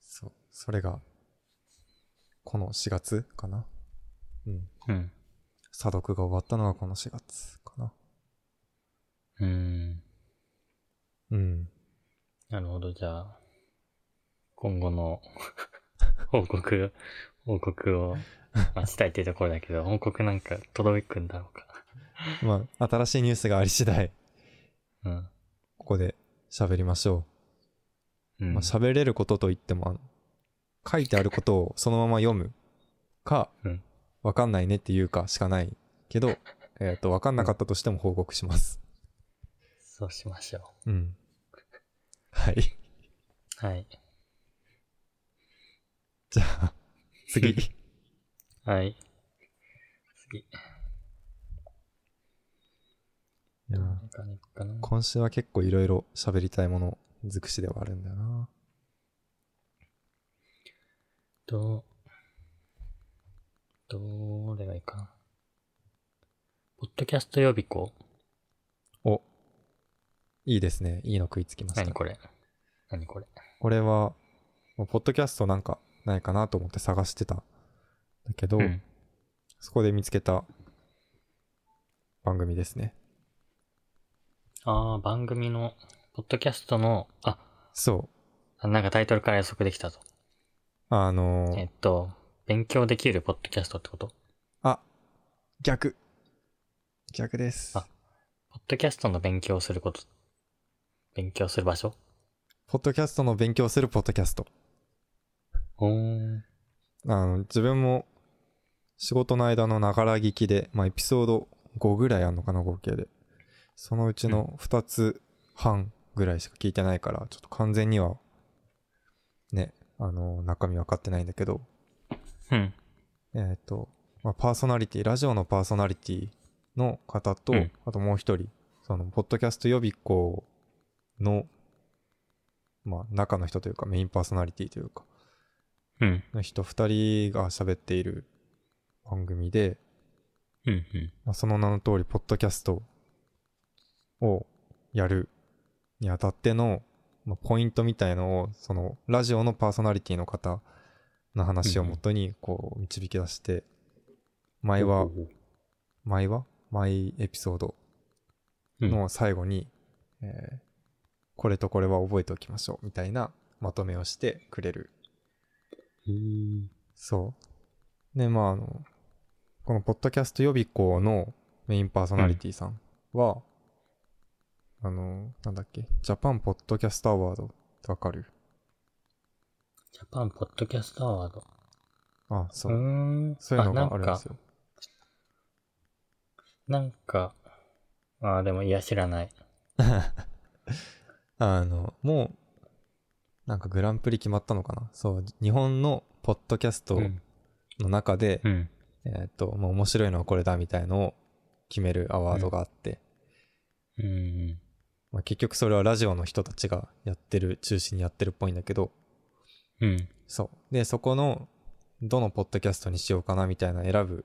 Speaker 1: そう、それが、この4月かな。うん。
Speaker 2: うん。
Speaker 1: 査読が終わったのはこの4月かな。
Speaker 2: うーん。
Speaker 1: うん。
Speaker 2: なるほど、じゃあ、今後の報告、報告を待ちたいっていうところだけど、報告なんか届くんだろうか。
Speaker 1: まあ、新しいニュースがあり次第、
Speaker 2: うん。
Speaker 1: ここで喋りましょ
Speaker 2: う
Speaker 1: う。
Speaker 2: ん。
Speaker 1: まあ、喋れることといっても、あの、書いてあることをそのまま読むか
Speaker 2: うん、
Speaker 1: わかんないねっていうかしかないけ ど、えっ、と、わかんなかったとしても報告します。
Speaker 2: そうしましょ
Speaker 1: うん。はい。
Speaker 2: う。はい。
Speaker 1: じゃあ、 次。
Speaker 2: はい。次。なんかねかな
Speaker 1: 今週は結構いろいろ喋りたいもの尽くしではあるんだよな。
Speaker 2: ど、どれがいいかな。ポッドキャスト予備校
Speaker 1: お、いいですね。いいの食いつきました
Speaker 2: 何。これ何これ
Speaker 1: これは、まあポッドキャストなんかないかなと思って探してたんだけど、
Speaker 2: うん。
Speaker 1: そこで見つけた番組ですね。
Speaker 2: ああ、番組の、ポッドキャストの、あ、
Speaker 1: そ
Speaker 2: あなんかタイトルから予測できたぞ。
Speaker 1: う。あのー
Speaker 2: えっと、勉強できるポッドキャストってこと
Speaker 1: あ、逆。逆です。
Speaker 2: あポッドキャストの勉強をすること。勉強する場所
Speaker 1: ポッドキャストの勉強するポッドキャスト。
Speaker 2: おー。
Speaker 1: あの、自分も仕事の間のながら聞きで、まあ、エピソード5ぐらいあんのかな、合計で。そのうちの2つ半ぐらいしか聞いてないから、ちょっと完全には、ね、あの、中身分かってないんだけど、
Speaker 2: うん。
Speaker 1: えっ、と、まあ、パーソナリティ、ラジオのパーソナリティの方と、
Speaker 2: うん
Speaker 1: あともう一人、その、ポッドキャスト予備校の、まあ、中の人というか、メインパーソナリティというか、
Speaker 2: うん。
Speaker 1: の人2人が喋っている番組で、
Speaker 2: うん。うん。
Speaker 1: まあ、その名の通り、ポッドキャストをやるにあたっての、まあ、ポイントみたいのを、その、ラジオのパーソナリティの方の話をもとに、こう、導き出して、前は
Speaker 2: お、ー
Speaker 1: 前は毎エピソードの最後に、えーこれとこれは覚えておきましょうみたいなまとめをしてくれる。
Speaker 2: うん。
Speaker 1: そう。で、まあ、あの、このポッドキャスト予備校のメインパーソナリティさんは、あの、なんだっけ、ジャパンポッドキャストアワードってわかる
Speaker 2: ジャパンポッドキャストアワード。
Speaker 1: あ、そうう。
Speaker 2: ーん。
Speaker 1: そういうの
Speaker 2: な
Speaker 1: が
Speaker 2: ん
Speaker 1: あるん
Speaker 2: か
Speaker 1: ですよ。
Speaker 2: なんか、ああ、でも、いや、知らない。
Speaker 1: あの、もう、なんかグランプリ決まったのかなそう、日本のポッドキャスト
Speaker 2: ん。
Speaker 1: の中で、
Speaker 2: うん。
Speaker 1: えーっと、まあ、面白いのはこれだみたいのを決めるアワードがあって、
Speaker 2: うん。
Speaker 1: まあ、結局それはラジオの人たちがやってる、中心にやってるっぽいんだけど、
Speaker 2: うん。
Speaker 1: そう。で、そこの、どのポッドキャストにしようかなみたいな選ぶ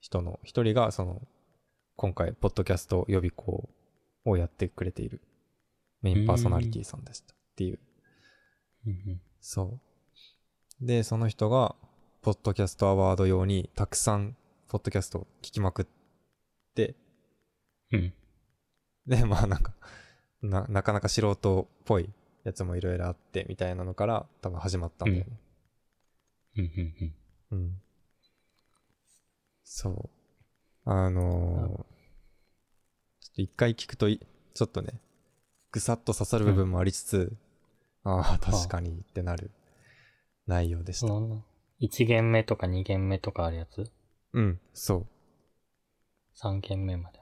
Speaker 1: 人の一人が、その、今回、ポッドキャスト予備校をやってくれているメインパーソナリティさんでしたっていう
Speaker 2: うん。
Speaker 1: そう。で、その人が、ポッドキャストアワード用に、たくさん、ポッドキャストを聞きまくって、
Speaker 2: うん。
Speaker 1: で、まあなんか、な、なかなか素人っぽいやつもいろいろあって、みたいなのから、多分始まったんだよね。
Speaker 2: うん。うん。
Speaker 1: うん。そう。あ
Speaker 2: なる
Speaker 1: のーちょっと一回聞くとい、ちょっとね、ぐさっと刺さる部分もありつつ、ああ、確かにってなる内容でし
Speaker 2: そ
Speaker 1: た。
Speaker 2: の、1弦目とか2弦目とかあるやつ
Speaker 1: うん、そう。
Speaker 2: 3件目まで。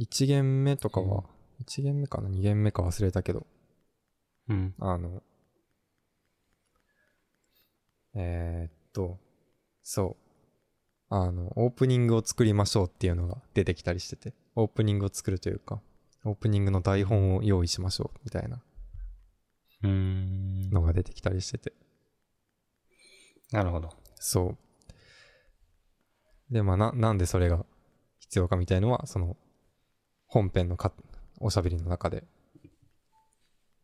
Speaker 1: 1限目とか
Speaker 2: うん
Speaker 1: は、1限目かな ?2 限目か忘れたけど、
Speaker 2: うん。
Speaker 1: あの、えー、っと、そう。あの、オープニングを作りましょうっていうのが出てきたりしてて、オープニングを作るというか、オープニングの台本を用意しましょうみたいな
Speaker 2: うーん。
Speaker 1: のが出てきたりしてて、
Speaker 2: なるほど。
Speaker 1: そう。で、まあな、なんでそれが必要かみたいのは、その、本編のかおしゃべりの中で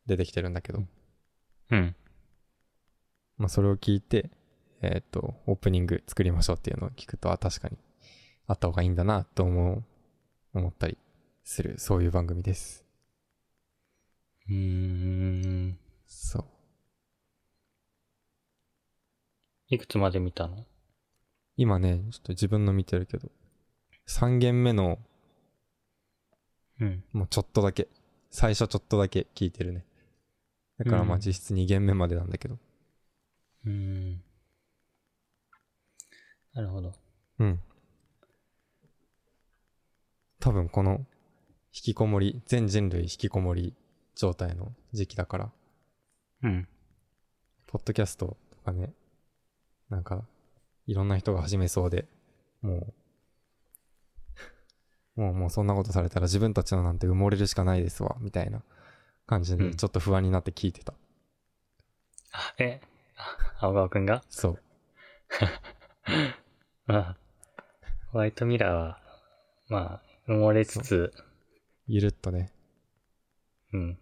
Speaker 1: 出てきてるんだけど、
Speaker 2: うん。
Speaker 1: まあ、それを聞いて、えーっと、オープニング作りましょうっていうのを聞くと、あ、確かに、あった方がいいんだな、と思う、思ったりする、そういう番組です。
Speaker 2: うーん。
Speaker 1: そう。
Speaker 2: いくつまで見たの
Speaker 1: 今ね、ちょっと自分の見てるけど、3限目の、
Speaker 2: うん。
Speaker 1: もうちょっとだけ、最初ちょっとだけ聞いてるね。だからま
Speaker 2: う
Speaker 1: あ
Speaker 2: ん
Speaker 1: 実質2限目までなんだけど、
Speaker 2: うーん。なるほど。
Speaker 1: うん。多分この、引きこもり、全人類引きこもり状態の時期だから、
Speaker 2: うん。
Speaker 1: ポッドキャストとかね、なんか、いろんな人が始めそうで、もう、 もうもうそんなことされたら自分たちのなんて埋もれるしかないですわ、みたいな感じ
Speaker 2: う
Speaker 1: で、
Speaker 2: ん
Speaker 1: ちょっと不安になって聞いてた。
Speaker 2: あ、え、あ青川くんが
Speaker 1: そう。
Speaker 2: まあ、ホワイトミラーは、まあ、埋もれつつ、
Speaker 1: ゆるっとね。
Speaker 2: うん。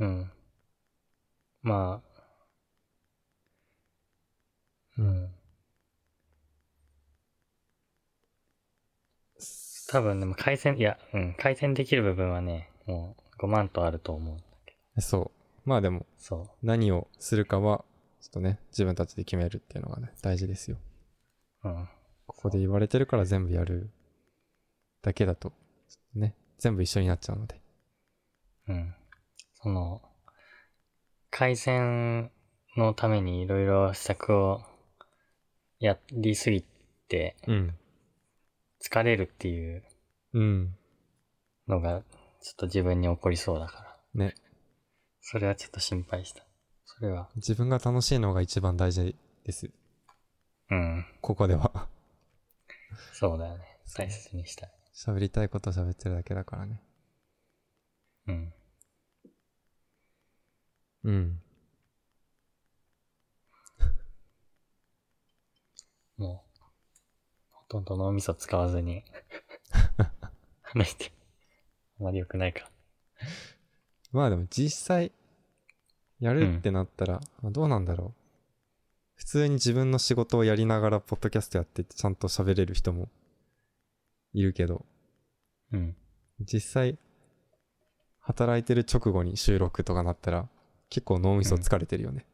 Speaker 2: うん。まあ、うん。多分でも改善、いや、うん、改善できる部分はね、もう5万とあると思う。
Speaker 1: そう。まあでも、
Speaker 2: そ
Speaker 1: 何をするかは、ちょっとね、自分たちで決めるっていうのがね、大事ですよ。
Speaker 2: う。うん。
Speaker 1: ここで言われてるから全部やるだけだと、ね、全部一緒になっちゃうので。
Speaker 2: うん。その、改善のためにいろいろ施策をやりすぎて
Speaker 1: うん。
Speaker 2: 疲れるっていう
Speaker 1: うん。
Speaker 2: のがちょっと自分に起こりそうだから。
Speaker 1: ね。
Speaker 2: それはちょっと心配した。それは、
Speaker 1: 自分が楽しいのが一番大事です。
Speaker 2: うん。
Speaker 1: ここでは。
Speaker 2: そうだよね。大切にしたい。
Speaker 1: 喋りたいこと喋ってるだけだからね。
Speaker 2: うん。
Speaker 1: うん。
Speaker 2: もう、ほとんど脳みそ使わずに話して、あまり良くないか。
Speaker 1: まあでも実際、やるってなったら、まあどうなんだろう。普通に自分の仕事をやりながら、ポッドキャストやってて、ちゃんと喋れる人もいるけど、
Speaker 2: うん。
Speaker 1: 実際、働いてる直後に収録とかなったら、結構脳みそ疲れてるよね。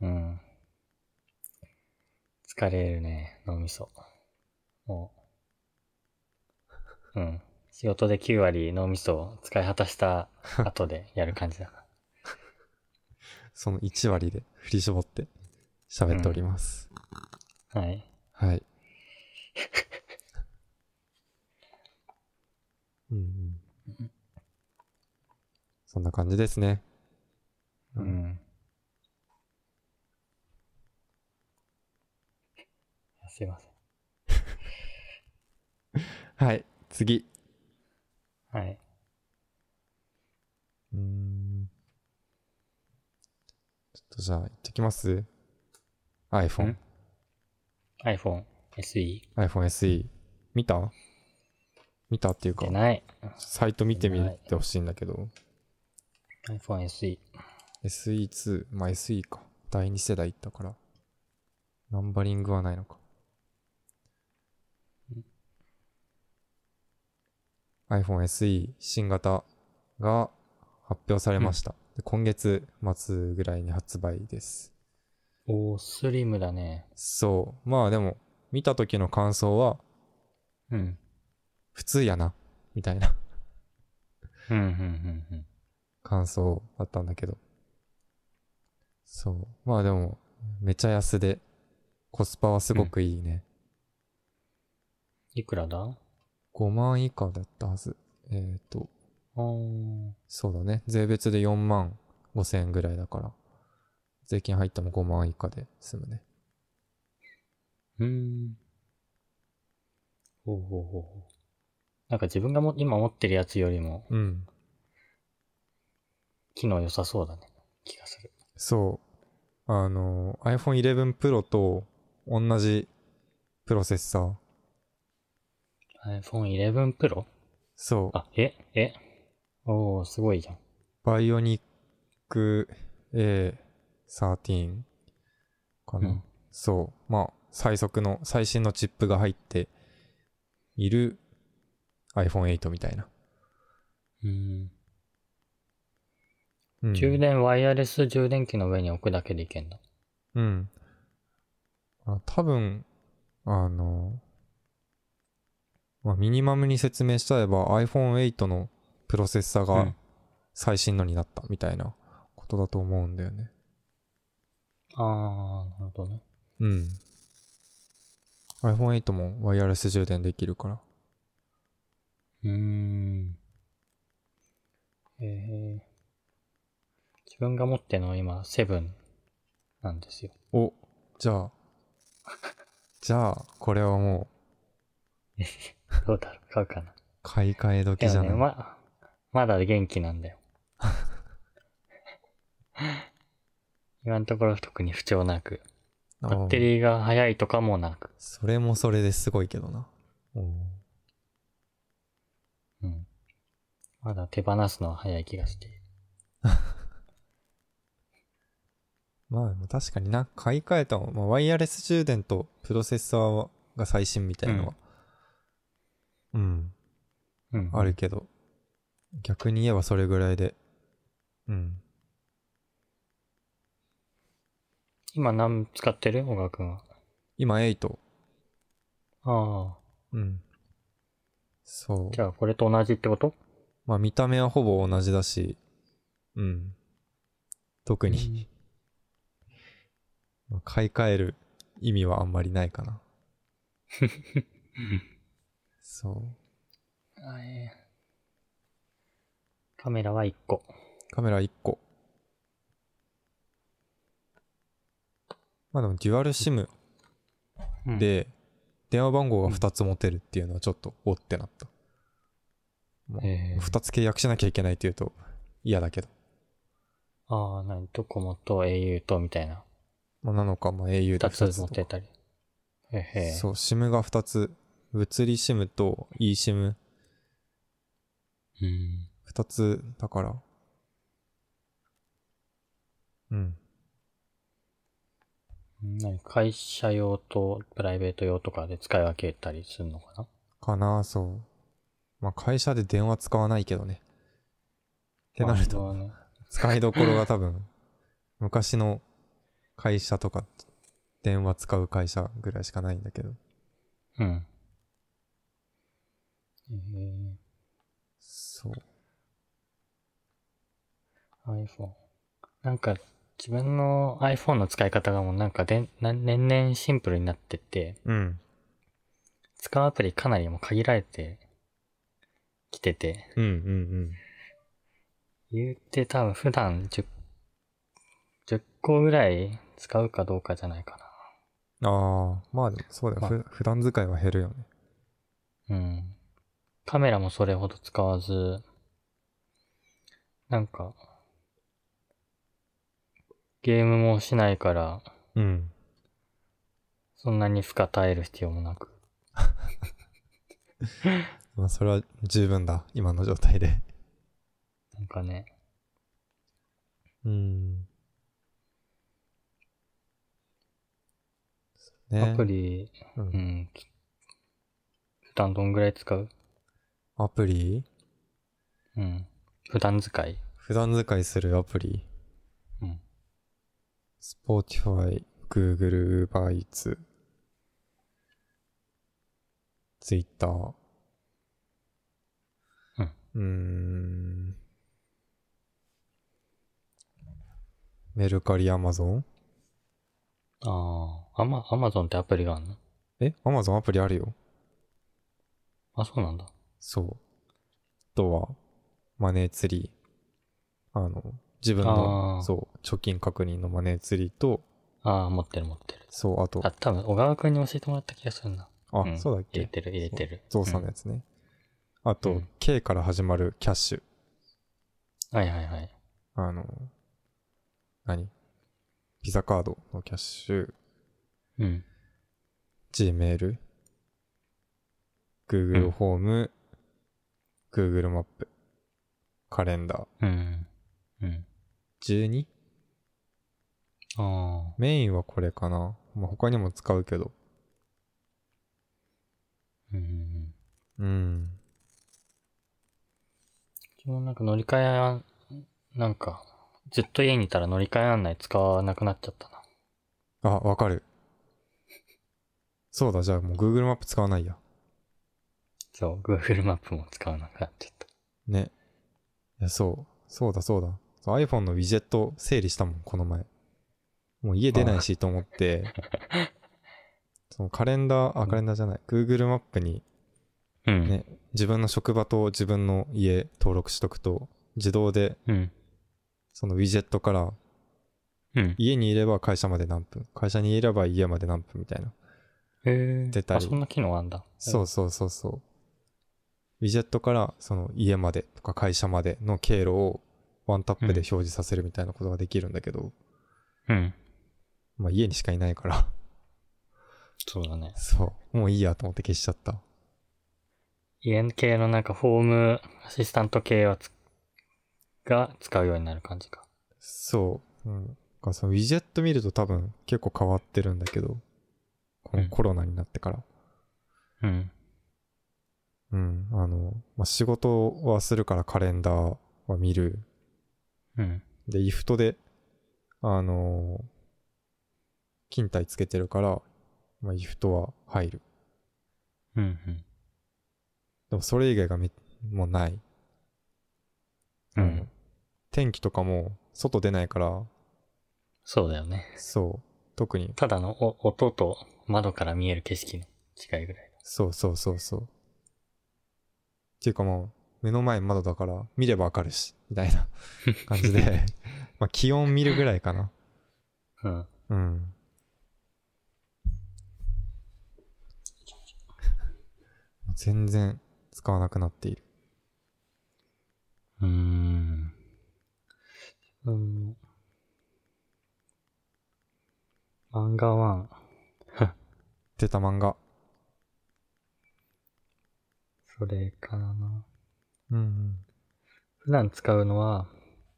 Speaker 2: うん。疲れるね、脳みそ。もう。うん。仕事で9割脳みそを使い果たした後でやる感じだな。
Speaker 1: その1割で振り絞って喋っております。
Speaker 2: はい。
Speaker 1: はい。うんうん。そんな感じですね。
Speaker 2: う。ん。すいませ
Speaker 1: はい、次。
Speaker 2: ん。はい。
Speaker 1: うん。ちょっとじゃあ、行ってきます ?iPhone
Speaker 2: ん。iPhone SE。
Speaker 1: iPhone SE。見た見たっていうか
Speaker 2: 出、ない。
Speaker 1: サイト見てみてほしいんだけど、
Speaker 2: iPhone SE。
Speaker 1: SE2、まあ SE か。第2世代いったから。ナンバリングはないのか。iPhone SE 新型が発表されました。で今月末ぐらいに発売です。
Speaker 2: おー、スリムだね。
Speaker 1: そう。まあでも、見た時の感想は、
Speaker 2: うん。
Speaker 1: 普通やな。みたいな。
Speaker 2: うんうんうん
Speaker 1: 感想だったんだけど。そう。まあでも、めちゃ安で、コスパはすごくいいね。
Speaker 2: いくらだあ
Speaker 1: 5万以下だったはず。えっ、と、
Speaker 2: ー
Speaker 1: そうだね。税別で4万5千円ぐらいだから、税金入っても5万以下で済むね。
Speaker 2: うーん。ほうほうほうほう。なんか自分がも今持ってるやつよりも
Speaker 1: うん。
Speaker 2: 機能良さそうだね。気がする。
Speaker 1: そう。あの、iPhone 11 Pro と同じプロセッサー。
Speaker 2: iPhone 11 Pro?
Speaker 1: そう。
Speaker 2: あ、え、え。おー、すごいじゃん。
Speaker 1: バイオニック A13 かな、
Speaker 2: うん
Speaker 1: そう。まあ、最速の、最新のチップが入っている iPhone8 みたいな。
Speaker 2: うん。
Speaker 1: うん、
Speaker 2: 充電、ワイヤレス充電器の上に置くだけでいけんだ。
Speaker 1: うん。あ多分、あの、まあ、ミニマムに説明しちゃえば iPhone8 のプロセッサ
Speaker 2: う
Speaker 1: が
Speaker 2: ん
Speaker 1: 最新のになったみたいなことだと思うんだよね。
Speaker 2: あー、なるほどね。
Speaker 1: うん。iPhone8 もワイヤレス充電できるから。
Speaker 2: うーん。えー、自分が持ってるのは今、セブンなんですよ。
Speaker 1: お、じゃあ、 じゃあ、これはもう
Speaker 2: どうだろう買うかな。
Speaker 1: 買い替え
Speaker 2: い
Speaker 1: 時じ
Speaker 2: や
Speaker 1: ゃ
Speaker 2: ね、
Speaker 1: ない、
Speaker 2: ま、まだ元気なんだよ。今のところ特に不調なく、
Speaker 1: あ
Speaker 2: バッテリーが速いとかもなく。
Speaker 1: それもそれですごいけどな。うん
Speaker 2: うん。まだ手放すのは早い気がしている。
Speaker 1: まあでも確かにな、買い替えたもん、まあ、ワイヤレス充電とプロセッサーが最新みたいのは、うん、
Speaker 2: うん。
Speaker 1: あるけど、逆に言えばそれぐらいで、うん。
Speaker 2: 今何使ってる小川くんは。
Speaker 1: 今8、
Speaker 2: ああ。
Speaker 1: うん。そう
Speaker 2: じ。ゃあこれと同じってこと
Speaker 1: まあ見た目はほぼ同じだし、うん。特に、 まあ買い替える意味はあんまりないかな。そう。
Speaker 2: あえーカメラは1個。
Speaker 1: カメラ1個。まあでも、デュアルシム
Speaker 2: うん、
Speaker 1: で、電話番号が2つ持てるっていうのはちょっと、おってなった。
Speaker 2: えー
Speaker 1: 2つ契約しなきゃいけないっていうと、嫌だけど。
Speaker 2: ああ、なに、ドコモと au とみたいな。
Speaker 1: まあ、なのか、まあ、au で
Speaker 2: 2
Speaker 1: 2
Speaker 2: つ
Speaker 1: つ
Speaker 2: 持
Speaker 1: と
Speaker 2: って
Speaker 1: か。
Speaker 2: たり。へへ。
Speaker 1: そう、シムが2つ。物理シムと e シム
Speaker 2: うん。
Speaker 1: 2つだから。うん。
Speaker 2: 何会社用とプライベート用とかで使い分けたりするのかな
Speaker 1: かな、そう。まあ、会社で電話使わないけどね。ってなると、
Speaker 2: まあそうね
Speaker 1: 使いどころが多分、昔の会社とか、電話使う会社ぐらいしかないんだけど。
Speaker 2: うん。え
Speaker 1: そう。
Speaker 2: ー、iPhone。なんか、自分の iPhone の使い方がもうなんかでんな年々シンプルになってって、
Speaker 1: うん。
Speaker 2: 使うアプリかなりもう限られてきてて、
Speaker 1: うんうんうん。
Speaker 2: 言うて多分普段10、10個ぐらい使うかどうかじゃないか
Speaker 1: ああ、まあでもそうだよ。
Speaker 2: まあ
Speaker 1: ふ普段使いは減るよね。
Speaker 2: な。うん。カメラもそれほど使わず、なんか、ゲームもしないから、
Speaker 1: うん。
Speaker 2: そんなに負荷耐える必要もなく。
Speaker 1: まあそれは十分だ。今の状態で。
Speaker 2: なんかね、
Speaker 1: うん。ね、
Speaker 2: アプリ、
Speaker 1: う、
Speaker 2: うんん、つ普段どんぐらい使う
Speaker 1: アプリ
Speaker 2: うん。普段使い
Speaker 1: 普段使いするアプリ
Speaker 2: うん。
Speaker 1: Spotify、Google、Ubereats、Twitter。
Speaker 2: うん
Speaker 1: うーん。メルカリ、アマゾン
Speaker 2: ああ、アマ、アマゾンってアプリがあるの
Speaker 1: えアマゾンアプリあるよ。
Speaker 2: あ、そうなんだ。
Speaker 1: そう。あとは、マネーツリー。あの、自分
Speaker 2: あー
Speaker 1: の、そう、貯金確認のマネーツリーと、
Speaker 2: ああ、持ってる持ってる。
Speaker 1: そう、あと、
Speaker 2: あ、多分、小川くんに教えてもらった気がするな。
Speaker 1: あ、
Speaker 2: ん
Speaker 1: そうだっ
Speaker 2: 入れ
Speaker 1: け
Speaker 2: てる、入れてる。
Speaker 1: ゾウさんのやつね。あと、
Speaker 2: うん
Speaker 1: K から始まるキャッシュ。
Speaker 2: うんはいはいはい。
Speaker 1: あの、何ピザカードのキャッシュ、
Speaker 2: うん。
Speaker 1: Gmail、
Speaker 2: う
Speaker 1: Google
Speaker 2: ん
Speaker 1: ホーム、Google マップ、カレンダー。
Speaker 2: うん。うん。
Speaker 1: 12?
Speaker 2: ああ。
Speaker 1: メインはこれかな。まあ、他にも使うけど。
Speaker 2: うんうん
Speaker 1: う
Speaker 2: うん。
Speaker 1: ん。
Speaker 2: 自分もなんか乗り換えは、なんか、ずっと家にいたら乗り換え案内使わなくなっちゃったな。
Speaker 1: あ、わかる。そうだ、じゃあもう Google マップ使わないや。
Speaker 2: そう、Google マップも使わなくなっちゃった。
Speaker 1: ね。いや、そう。そうだ、そうだ。そう iPhone のウィジェット整理したもん、この前。もう家出ないしと思って、 そのカレンダー、あ、カレンダーじゃない、Google マップに
Speaker 2: うん。
Speaker 1: ね、自分の職場と自分の家登録しとくと、自動で
Speaker 2: うん。
Speaker 1: そのウィジェットから、
Speaker 2: うん。
Speaker 1: 家にいれば会社まで何分、会社にいれば家まで何分みたいな。
Speaker 2: へえ。
Speaker 1: 出たり
Speaker 2: あ、そんな機能あんだ。。
Speaker 1: そううそうそうそう。ウィジェットからその家までとか会社までの経路をワンタップで表示させるみたいなことができるんだけど、
Speaker 2: うん。
Speaker 1: まあ家にしかいないから、
Speaker 2: そうだね。
Speaker 1: そう、もういいやと思って消しちゃった。
Speaker 2: 家系のなんかホームアシスタント系はつ、が使うようになる感じか。
Speaker 1: そう。うん。だからそのウィジェット見ると多分結構変わってるんだけど、こ
Speaker 2: う
Speaker 1: の
Speaker 2: ん
Speaker 1: コロナになってから。
Speaker 2: うん。
Speaker 1: うん。あの、まあ、仕事はするからカレンダーは見る。
Speaker 2: うん。
Speaker 1: で、イフトで、あのー勤怠つけてるから、まあ、イフトは入る。
Speaker 2: うん。うん。
Speaker 1: でもそれ以外がめ、もうない。
Speaker 2: うん
Speaker 1: あの天気とかも、外出ないから、
Speaker 2: そうだよね。
Speaker 1: そう。特に、
Speaker 2: ただのお音と窓から見える景色の違いぐらい。
Speaker 1: そうそうそうそう。っていうかもう、目の前窓だから、見ればわかるし、みた いな感じで、まあ気温見るぐらいかな。
Speaker 2: うん。
Speaker 1: うん。全然使わなくなっている。
Speaker 2: うーん。うん。漫画ワン。
Speaker 1: 出た漫画。
Speaker 2: それかな。
Speaker 1: うん
Speaker 2: 普段使うのは、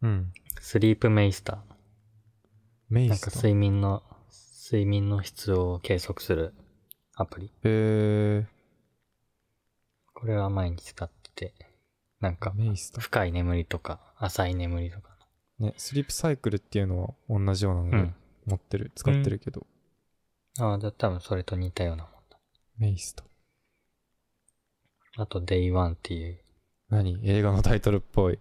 Speaker 1: うん。うん。
Speaker 2: スリープメイスター。
Speaker 1: メイ
Speaker 2: なん
Speaker 1: ス
Speaker 2: か
Speaker 1: ト。
Speaker 2: 睡眠の、睡眠の質を計測するアプリ。
Speaker 1: え
Speaker 2: これは毎日使ってて、なん
Speaker 1: ー、
Speaker 2: か、
Speaker 1: メイスト。
Speaker 2: 深い眠りとか、浅い眠りとか。
Speaker 1: ね、スリープサイクルっていうのは同じようなので、
Speaker 2: うん
Speaker 1: 持ってる、使ってるけど、
Speaker 2: ああ、じゃあ多分それと似たようなもんだ。
Speaker 1: メイスト。
Speaker 2: あと、デイワンっていう。
Speaker 1: 何映画のタイトルっぽい。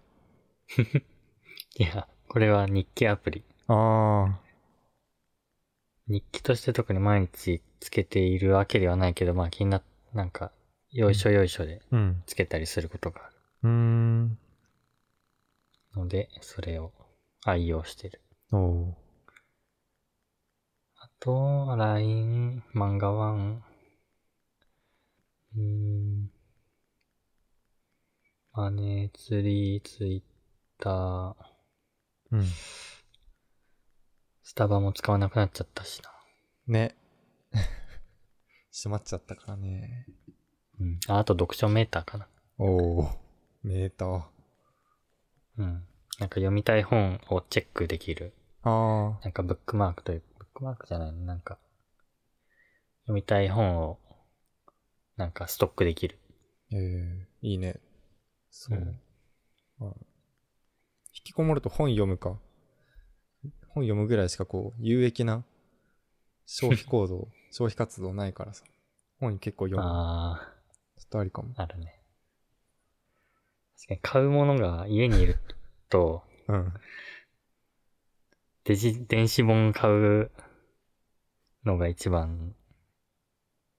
Speaker 2: いや、これは日記アプリ。
Speaker 1: あ
Speaker 2: 日記として特に毎日つけているわけではないけど、まあ気にな、なんか、よいしょよいしょで
Speaker 1: ー、うん。
Speaker 2: つけたりすることがある
Speaker 1: うーん。
Speaker 2: ので、それを愛用してる。
Speaker 1: おお
Speaker 2: あと、LINE、漫画ワン。うーん。マネーツリー、ツイッター、
Speaker 1: ー。うん。
Speaker 2: スタバも使わなくなっちゃったしな。
Speaker 1: ね。 閉まっちゃったからね。
Speaker 2: うん。あ、あと読書メーターかな。
Speaker 1: おおメーター。
Speaker 2: うん。なんか読みたい本をチェックできる。
Speaker 1: あ
Speaker 2: なんかブックマークという、ブックマークじゃないのなんか、読みたい本を、なんかストックできる。
Speaker 1: ー、えー、いいね。そう、
Speaker 2: うん
Speaker 1: まあ引きこもると本読むか。本読むぐらいしかこう、有益な消費行 動、消費活動ないからさ。本結構読む。
Speaker 2: あ
Speaker 1: ちょっとありかも。
Speaker 2: あ、あるね。確かに買うものが家にいると、
Speaker 1: うん。
Speaker 2: デジ、電子本買うのが一番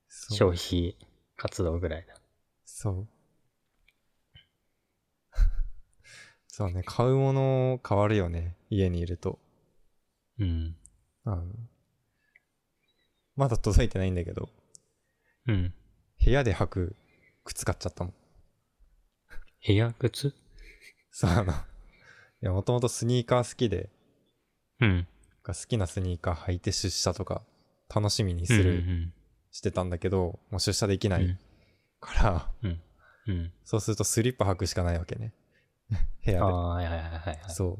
Speaker 1: そう
Speaker 2: 消費活動ぐらいだ。
Speaker 1: そう。 そうね、買うもの変わるよね、家にいると。
Speaker 2: うん。
Speaker 1: あのまだ届いてないんだけど、
Speaker 2: うん。
Speaker 1: 部屋で履く靴買っちゃったもん。
Speaker 2: 部屋靴
Speaker 1: そう、あの、いや、もともとスニーカー好きで、
Speaker 2: うん。
Speaker 1: 好きなスニーカー履いて出社とか、楽しみにす
Speaker 2: うん
Speaker 1: る、してたんだけど、もう出社できな
Speaker 2: う
Speaker 1: い
Speaker 2: ん
Speaker 1: から、
Speaker 2: うん。うん。
Speaker 1: そうするとスリッパ履くしかないわけね。 部屋
Speaker 2: あ
Speaker 1: で。
Speaker 2: あ、はいはいはいはい。
Speaker 1: そう。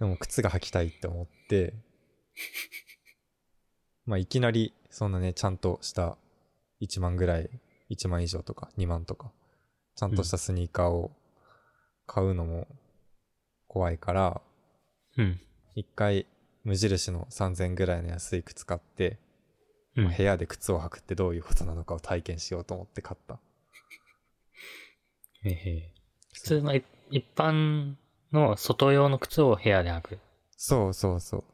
Speaker 1: でも靴が履きたいって思って、 まあいきなり、そんなね、ちゃんとした1万ぐらい、1万以上とか2万とか、ちゃんとしたスニーカーを買うのも怖いから、
Speaker 2: うん。
Speaker 1: 一回無印の3000ぐらいの安い靴買って、
Speaker 2: うん。
Speaker 1: 部屋で靴を履くってどういうことなのかを体験しようと思って買った。
Speaker 2: へへ普通のい一般の外用の靴を部屋で履く。
Speaker 1: そうそうそう。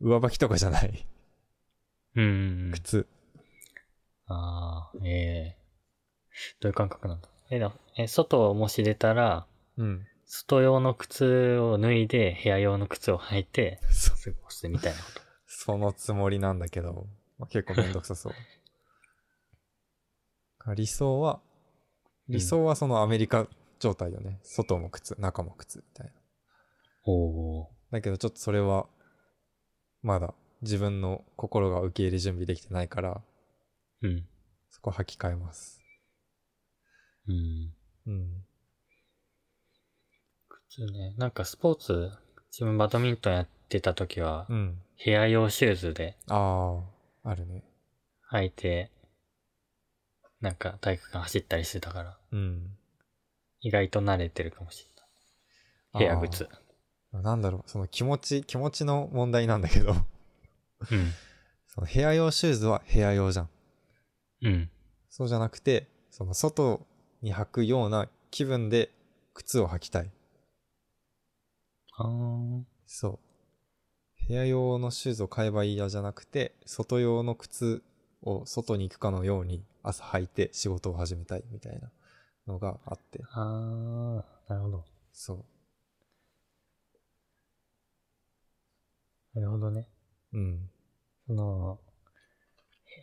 Speaker 1: 上履きとかじゃない。
Speaker 2: うん。
Speaker 1: 靴。
Speaker 2: ああ、ええどういう感覚なんだえなえ、外をもし出たら、
Speaker 1: うん。
Speaker 2: 外用の靴を脱いで、部屋用の靴を履いて、
Speaker 1: そう
Speaker 2: 過ごすみたいなこと。
Speaker 1: そのつもりなんだけど、まあ、結構めんどくさそう。か理想は、
Speaker 2: うん
Speaker 1: 理想はそのアメリカ状態よね。外も靴、中も靴みたいな。
Speaker 2: おお。
Speaker 1: だけどちょっとそれは、まだ自分の心が受け入れ準備できてないから、
Speaker 2: うん。
Speaker 1: そこは履き替えます。
Speaker 2: うん。
Speaker 1: うん。
Speaker 2: 靴ね。なんかスポーツ、自分バドミントンやってた時は
Speaker 1: う、ん。
Speaker 2: 部屋用シューズで
Speaker 1: ああ、あるね。
Speaker 2: 履いて、なんか体育館走ったりしてたから、
Speaker 1: うん。
Speaker 2: 意外と慣れてるかもしれない。部屋靴。
Speaker 1: あー。なんだろう、その気持ち、気持ちの問題なんだけど、
Speaker 2: うん。
Speaker 1: その部屋用シューズは部屋用じゃん。
Speaker 2: うん。
Speaker 1: そうじゃなくて、その外に履くような気分で靴を履きたい。
Speaker 2: あー
Speaker 1: そう。部屋用のシューズを買えばいいやじゃなくて、外用の靴を外に行くかのように朝履いて仕事を始めたいみたいなのがあって、
Speaker 2: あー、なるほど。
Speaker 1: そ
Speaker 2: なるほどね。
Speaker 1: う。うん。
Speaker 2: その、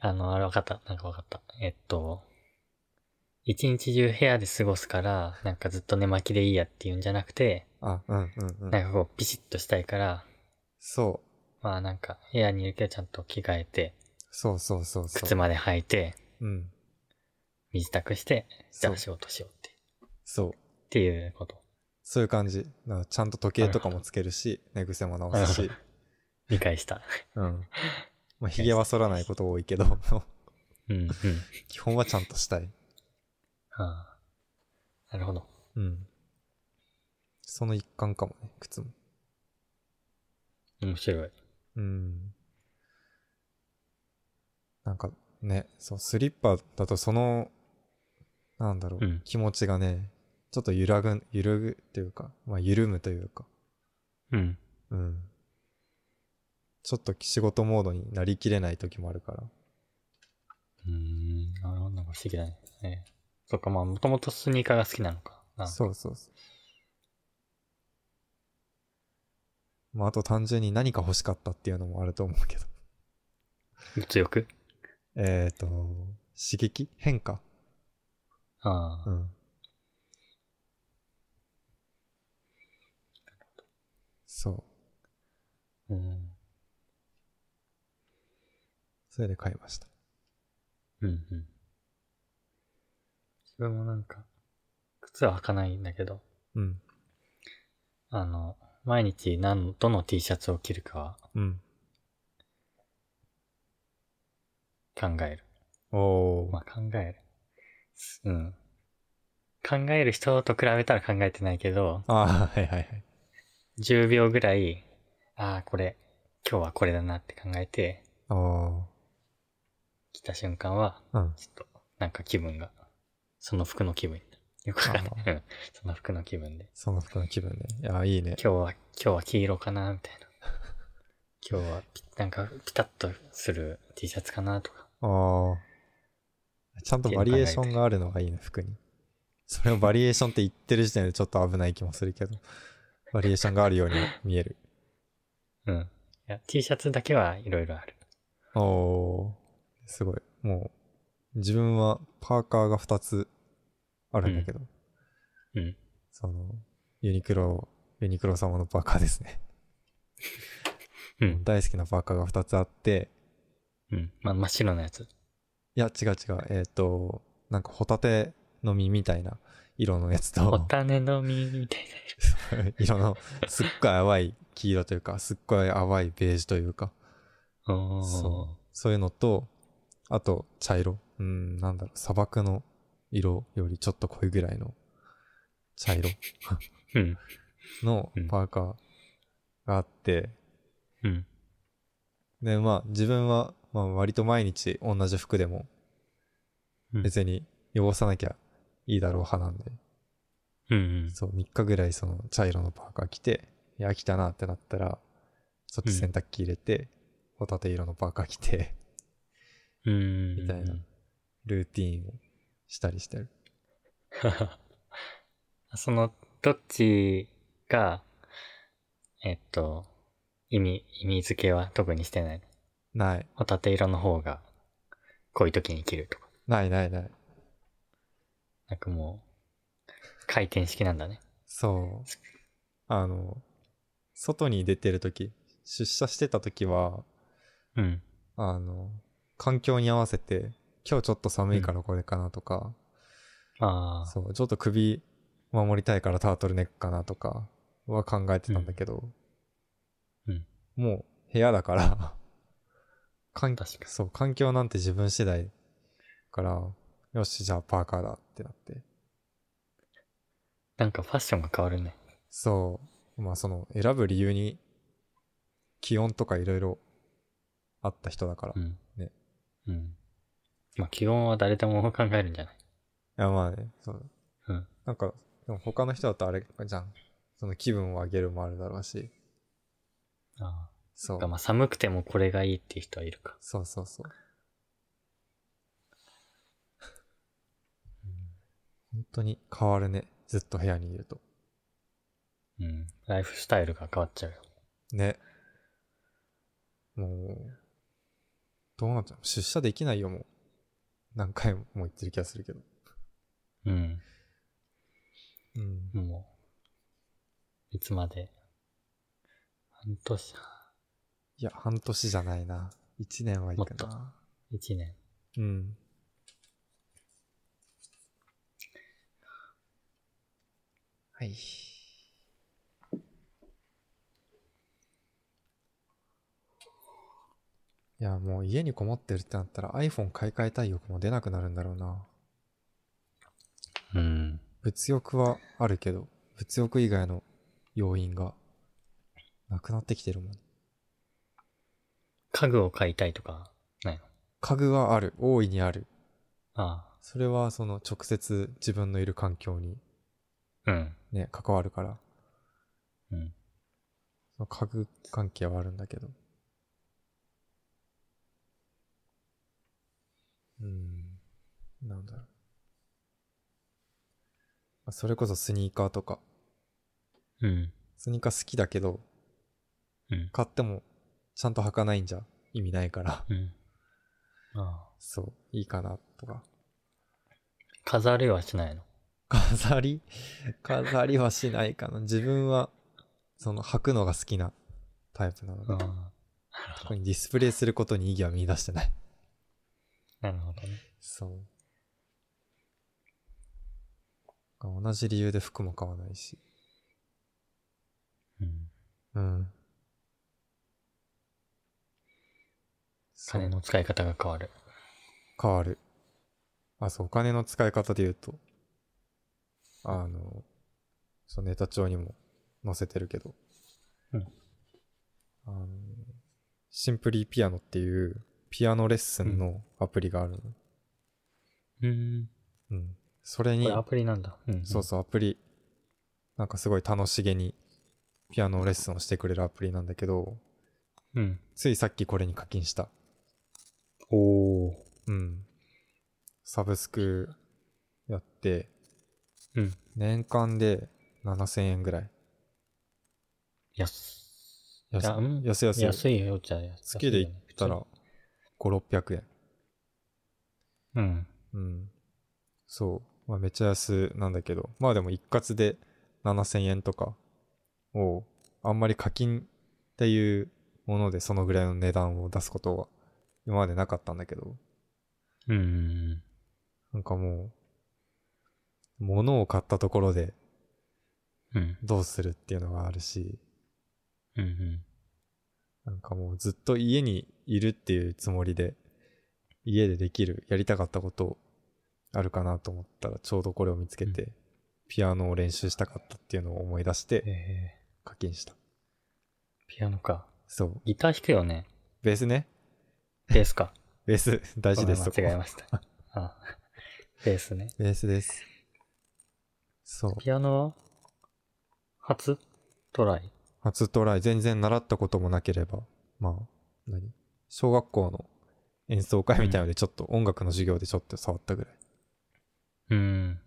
Speaker 2: あの、あれ分かった。なんか分かった。えっと、一日中部屋で過ごすから、なんかずっと寝巻きでいいやっていうんじゃなくて、
Speaker 1: あ、うんうんう。
Speaker 2: なんんかこう、ピシッとしたいから、
Speaker 1: そ
Speaker 2: まあなんか、部屋にいるけどちゃんと着替えて、
Speaker 1: う。そうそうそうそう。
Speaker 2: 靴まで履いて、
Speaker 1: うん。
Speaker 2: 身支度して、じ
Speaker 1: そ
Speaker 2: ゃ
Speaker 1: う
Speaker 2: あ。仕事しようって。
Speaker 1: そう。
Speaker 2: っていうこと。
Speaker 1: そういう感じ。だからちゃんと時計とかもつけるし、寝癖も直 すし。
Speaker 2: 理 解した。
Speaker 1: うん。まあ、髭は剃らないこと多いけど、
Speaker 2: うん、うん。
Speaker 1: 基本はちゃんとしたい。
Speaker 2: あーなるほど。
Speaker 1: うん。その一環かもね、靴も。
Speaker 2: 面白い。
Speaker 1: うん。なんかね、そう、スリッパだとその、なんだろう、
Speaker 2: うん
Speaker 1: 気持ちがね、ちょっと揺らぐ、揺らぐというか、まあ、緩むというか、
Speaker 2: うん。
Speaker 1: うん。ちょっと仕事モードになりきれない時もあるから。
Speaker 2: うーん、なるほど。なんか不思議だね。ねそっか、まあ、もともとスニーカーが好きなのか。なんか
Speaker 1: そうそうそう。まあ、あと単純に何か欲しかったっていうのもあると思うけど。
Speaker 2: 物欲
Speaker 1: えっ、と、刺激変化
Speaker 2: ああ、
Speaker 1: うん。そう。
Speaker 2: うん。
Speaker 1: それで買いました。
Speaker 2: うん、うん。自分もなんか、靴は履かないんだけど、
Speaker 1: うん。
Speaker 2: あの、毎日何、どの T シャツを着るかは
Speaker 1: うん。
Speaker 2: 考える。
Speaker 1: おー。
Speaker 2: まあ考える。すうん。考える人と比べたら考えてないけど、
Speaker 1: ああー、はいはいはい。
Speaker 2: 10秒ぐらい、ああ、これ、今日はこれだなって考えて、
Speaker 1: お
Speaker 2: 着た瞬間は、
Speaker 1: ー。うん。
Speaker 2: ちょっと、なんか気分が、その服の気分になる。よくわかんない
Speaker 1: まあま。
Speaker 2: うんその服の気分で。
Speaker 1: その服の気分で。いや、いいね。
Speaker 2: 今日は、今日は黄色かなみたいな。今日はピ、なんか、ピタッとする T シャツかなとか。
Speaker 1: ああ。ちゃんとバリエーションがあるのがいいね、服に。それをバリエーションって言ってる時点でちょっと危ない気もするけど、バリエーションがあるように見える。
Speaker 2: うん。いや、T シャツだけはいろいろある。
Speaker 1: おおー、すごい。もう、自分はパーカーが2つあるんだけど、
Speaker 2: うん。
Speaker 1: その、ユニクロ、ユニクロ様のパーカーですね。
Speaker 2: うん。
Speaker 1: 大好きなパーカーが2つあって、
Speaker 2: うん。ま、真っ白なやつ。
Speaker 1: いや、違う違う、えっ、と、なんかホタテの実みたいな色のやつ
Speaker 2: お
Speaker 1: と、
Speaker 2: 種の実みたいな。
Speaker 1: 色のすっごい淡い黄色というか、すっごい淡いベージュというか、
Speaker 2: おー
Speaker 1: そそういうのと、あと、茶色。うん、なんだろう、砂漠の色よりちょっと濃いぐらいの茶色
Speaker 2: う。うん。
Speaker 1: の
Speaker 2: うん
Speaker 1: パーカーがあって、
Speaker 2: うん。
Speaker 1: で、まあ、自分は、まあ、割と毎日同じ服でも、
Speaker 2: うん
Speaker 1: 別に汚さなきゃいいだろう派なんで、
Speaker 2: うんうん。
Speaker 1: そう、3日ぐらいその茶色のパーカー着て、いや、飽きたなってなったら、そっち洗濯機入れて、ホタテ色のパーカー着て、
Speaker 2: うん。
Speaker 1: みたいなルーティーンをしたりしてる。
Speaker 2: その、どっちが、えっと、意味、意味付けは特にしてない。
Speaker 1: ない。
Speaker 2: ホタテ色の方が、濃い時に着るとか。
Speaker 1: ないないない。
Speaker 2: なんかもう、回転式なんだね。
Speaker 1: そう。あの、外に出てるとき、出社してたときは、
Speaker 2: うん。
Speaker 1: あの、環境に合わせて、今日ちょっと寒いからこれかなとか、
Speaker 2: ああ。
Speaker 1: そう、ちょっと首守りたいからタートルネックかなとかは考えてたんだけど、
Speaker 2: うん
Speaker 1: もう部屋だ から、環
Speaker 2: 確かに
Speaker 1: そう、環境なんて自分次第だから、よし、じゃあパーカーだってなって。
Speaker 2: なんかファッションが変わるね。
Speaker 1: そう。まあその選ぶ理由に気温とかいろいろあった人だから。
Speaker 2: う
Speaker 1: い
Speaker 2: ん。
Speaker 1: ね。
Speaker 2: うん。まあ、気温は誰でも考えるんじゃない
Speaker 1: やまあね、そう。
Speaker 2: うん
Speaker 1: なんか、でも他の人だとあれじゃん。その気分を上げるもあるだろうし。
Speaker 2: あ
Speaker 1: そ
Speaker 2: あ。
Speaker 1: う
Speaker 2: か。まあ、寒くてもこれがいいっていう人はいるか。
Speaker 1: そうそうそう。本当に変わるね。ずっと部屋にいると。
Speaker 2: うん。ライフスタイルが変わっちゃうよ。
Speaker 1: ね。もう、どうなっちゃう出社できないよ、もう。何回も言ってる気がするけど。
Speaker 2: うん。
Speaker 1: うん。
Speaker 2: もう、いつまで、半年、
Speaker 1: いや、半年じゃないな。一年はい
Speaker 2: もっ
Speaker 1: く
Speaker 2: と
Speaker 1: な。
Speaker 2: 一年。
Speaker 1: うん。はい。いや、もう家にこもってるってなったら iPhone 買い替えたい欲も出なくなるんだろうな。
Speaker 2: うん。
Speaker 1: 物欲はあるけど、物欲以外の要因がなくなってきてるもん。
Speaker 2: 家具を買いたいとか、ないの
Speaker 1: 家具はある。大いにある。
Speaker 2: あ
Speaker 1: それはその直接自分のいる環境に
Speaker 2: あ。うん。
Speaker 1: ね、関わるから、
Speaker 2: うん。
Speaker 1: その家具関係はあるんだけど。うーん、なんだろう。まあそれこそスニーカーとか、
Speaker 2: うん。
Speaker 1: スニーカー好きだけど、
Speaker 2: うん
Speaker 1: 買ってもちゃんと履かないんじゃ意味ないから、
Speaker 2: うん。ああ。
Speaker 1: そう、いいかなとか。
Speaker 2: 飾りはしないの
Speaker 1: 飾り、 飾りはしないかな。自分は、その履くのが好きなタイプなので。
Speaker 2: あ
Speaker 1: 特にディスプレイすることに意義は見出してない。
Speaker 2: あ。なるほどね。
Speaker 1: そう。同じ理由で服も買わないし。
Speaker 2: うん。
Speaker 1: うん。そう
Speaker 2: 金の使い方が変わる。
Speaker 1: 変わる。あ、そう、お金の使い方で言うと、あの、そう、ネタ帳にも載せてるけど、
Speaker 2: うん
Speaker 1: あの、シンプリーピアノっていうピアノレッスンのアプリがあるの。
Speaker 2: うん。
Speaker 1: うん。それ
Speaker 2: こ
Speaker 1: に
Speaker 2: れ、アプリなんだ。うん、
Speaker 1: そうそう、アプリ、なんかすごい楽しげにピアノレッスンをしてくれるアプリなんだけど、
Speaker 2: うん。うん。
Speaker 1: ついさっきこれに課金した。
Speaker 2: おー。
Speaker 1: うん。サブスクやって、
Speaker 2: うん。
Speaker 1: 年間で7000円ぐらい。
Speaker 2: 安。
Speaker 1: 安
Speaker 2: あうん
Speaker 1: 安い安い。
Speaker 2: 安いよ、じゃあ。安
Speaker 1: 月で言ったら、5、600円。
Speaker 2: うん。
Speaker 1: うん。そう。まあ、めっちゃ安なんだけど。まあでも一括で7000円とかを、あんまり課金っていうものでそのぐらいの値段を出すことは今までなかったんだけど、
Speaker 2: うん。
Speaker 1: なんかもう、物を買ったところで
Speaker 2: うん。
Speaker 1: どうするっていうのがあるし、
Speaker 2: うん。
Speaker 1: なんかもうずっと家にいるっていうつもりで、家でできる、やりたかったことあるかなと思ったら、ちょうどこれを見つけて、ピアノを練習したかったっていうのを思い出して、
Speaker 2: え
Speaker 1: 課金した。
Speaker 2: ー、ピアノか。
Speaker 1: そう。
Speaker 2: ギター弾くよね。
Speaker 1: ベースね。
Speaker 2: ベースか。
Speaker 1: ベース、大事です。
Speaker 2: ごめん間違え
Speaker 1: そこ
Speaker 2: ました。あベースね。
Speaker 1: ベースです。そう。
Speaker 2: ピアノは初トライ。
Speaker 1: 初トライ、全然習ったこともなければ、まあ、何小学校の演奏会みたいので、ちょっと音楽の授業でちょっと触ったぐらい。
Speaker 2: うん。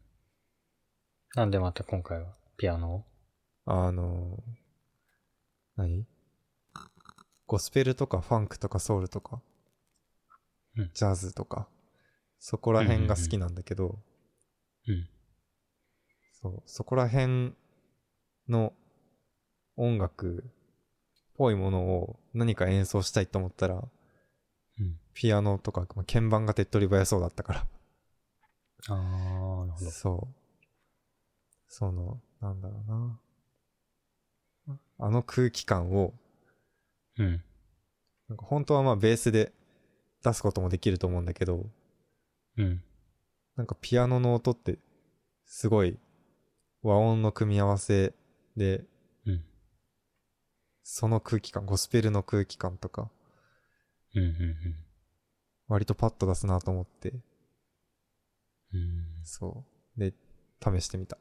Speaker 2: なんでまた今回はピアノを
Speaker 1: あのー、何ゴスペルとかファンクとかソウルとか、
Speaker 2: うん
Speaker 1: ジャズとか、そこら辺が好きなんだけど、
Speaker 2: うん。
Speaker 1: そう、そこら辺の音楽っぽいものを何か演奏したいと思ったら、
Speaker 2: うん。
Speaker 1: ピアノとか、まあ鍵盤が手っ取り早そうだったから。
Speaker 2: あー、なるほど。
Speaker 1: そう。その、なんだろうな。あの空気感を、
Speaker 2: うん。
Speaker 1: なんか本当はまあベースで出すこともできると思うんだけど、
Speaker 2: うん。
Speaker 1: なんかピアノの音ってすごい和音の組み合わせで、
Speaker 2: うん。
Speaker 1: その空気感、ゴスペルの空気感とか、
Speaker 2: うん。うん。
Speaker 1: 割とパッと出すなと思って、
Speaker 2: うん。うん
Speaker 1: そう。で、試してみた。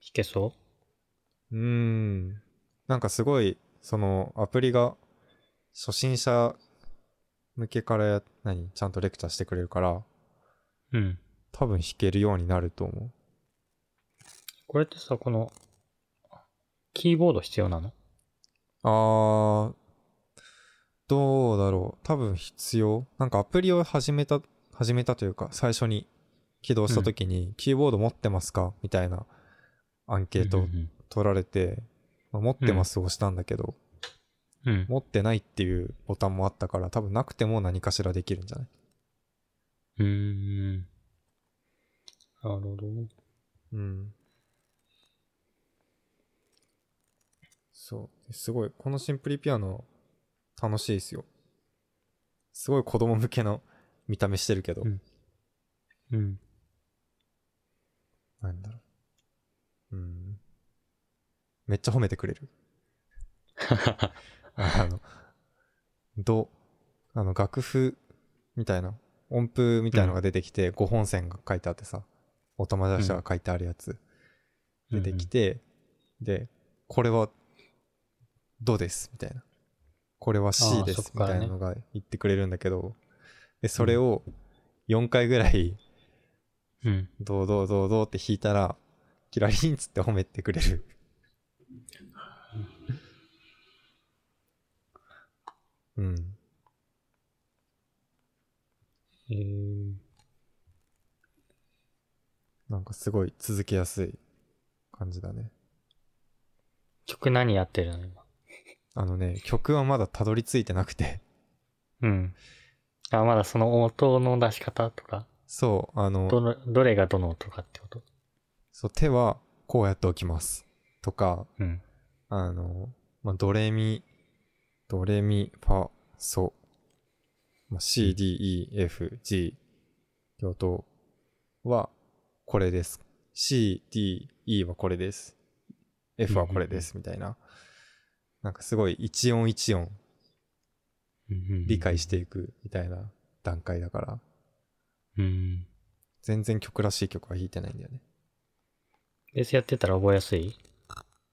Speaker 2: 弾けそう
Speaker 1: ーん。なんかすごい、そのアプリが初心者向けからや、何ちゃんとレクチャーしてくれるから、
Speaker 2: ううん。
Speaker 1: 多分弾けるようになると思う。
Speaker 2: これってさ、この、キーボード必要なの
Speaker 1: あー、どうだろう。多分必要。なんかアプリを始めた、始めたというか、最初に起動した時に、キーボード持ってますかみたいなアンケー
Speaker 2: う
Speaker 1: ト
Speaker 2: ん。
Speaker 1: 取られて、まあ持ってますを押したんだけど、
Speaker 2: うん。
Speaker 1: 持ってないっていうボタンもあったから、多分なくても何かしらできるんじゃないう
Speaker 2: ーん。なるほど。
Speaker 1: うん。そう。すごい、このシンプリピアノ、楽しいですよ。すごい子供向けの見た目してるけど、
Speaker 2: うんうん。
Speaker 1: なんだろう。うん。めっちゃ褒めてくれる。あの、ど、あの、楽譜みたいな、音符みたいのが出てきて、5本線が書いてあってさ、音まじゃしが書いてあるやつ。出てきて、で、これは、ドです、みたいな。これは C です
Speaker 2: あーそ、こ
Speaker 1: み
Speaker 2: から
Speaker 1: た
Speaker 2: ね
Speaker 1: いなのが言ってくれるんだけど、で、それを4回ぐらい、
Speaker 2: うん。うん。
Speaker 1: どうどうどうどうって弾いたら、キラリンつって褒めてくれる。うん。
Speaker 2: えー、
Speaker 1: なんかすごい続けやすい感じだね。
Speaker 2: 曲何やってるの今。
Speaker 1: あのね、曲はまだたどり着いてなくて、
Speaker 2: うん。あ、まだその音の出し方とか、
Speaker 1: そう、あの、
Speaker 2: どの、どれがどの音かってこと。
Speaker 1: そう手はこうやっておきます。とか、
Speaker 2: うん。
Speaker 1: あの、まあ、ドレミ、ドレミ、ファ、ソ、まあ、C, D, E, F, G 両方はこれです。C, D, E はこれです。F はこれです。みたいな。なんかすごい一音一音理解していくみたいな段階だから、
Speaker 2: うん。
Speaker 1: 全然曲らしい曲は弾いてないんだよね。
Speaker 2: ベースやってたら覚えやすい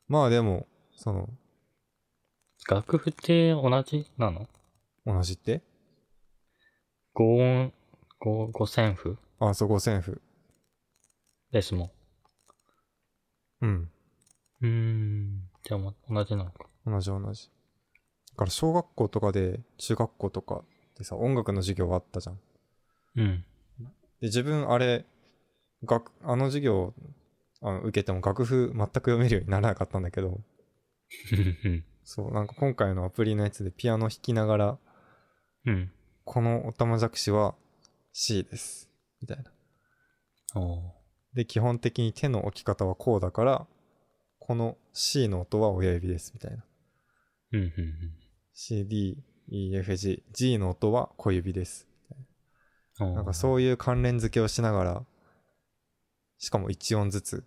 Speaker 1: まあでも、その、
Speaker 2: 楽譜って同じなの
Speaker 1: 同じって
Speaker 2: 五音、五、五線譜
Speaker 1: あ、そう、五線譜。
Speaker 2: ですも
Speaker 1: うん。
Speaker 2: ん。うーん。じゃあもう同じなのか。
Speaker 1: 同じ同じ。だから小学校とかで、中学校とかでさ、音楽の授業があったじゃん。
Speaker 2: うん。
Speaker 1: で、自分あれ、学、あの授業あの受けても楽譜全く読めるようにならなかったんだけど、
Speaker 2: うん。
Speaker 1: そう、なんか今回のアプリのやつでピアノ弾きながら、
Speaker 2: うん。
Speaker 1: このおたまじゃくしは C です。みたいな。
Speaker 2: おー
Speaker 1: で、基本的に手の置き方はこうだから、この C の音は親指です。みたいな。
Speaker 2: うん。うん。うん。
Speaker 1: C, D, E, F, G, G の音は小指です。
Speaker 2: おー
Speaker 1: なんかそういう関連付けをしながら、しかも一音ずつ、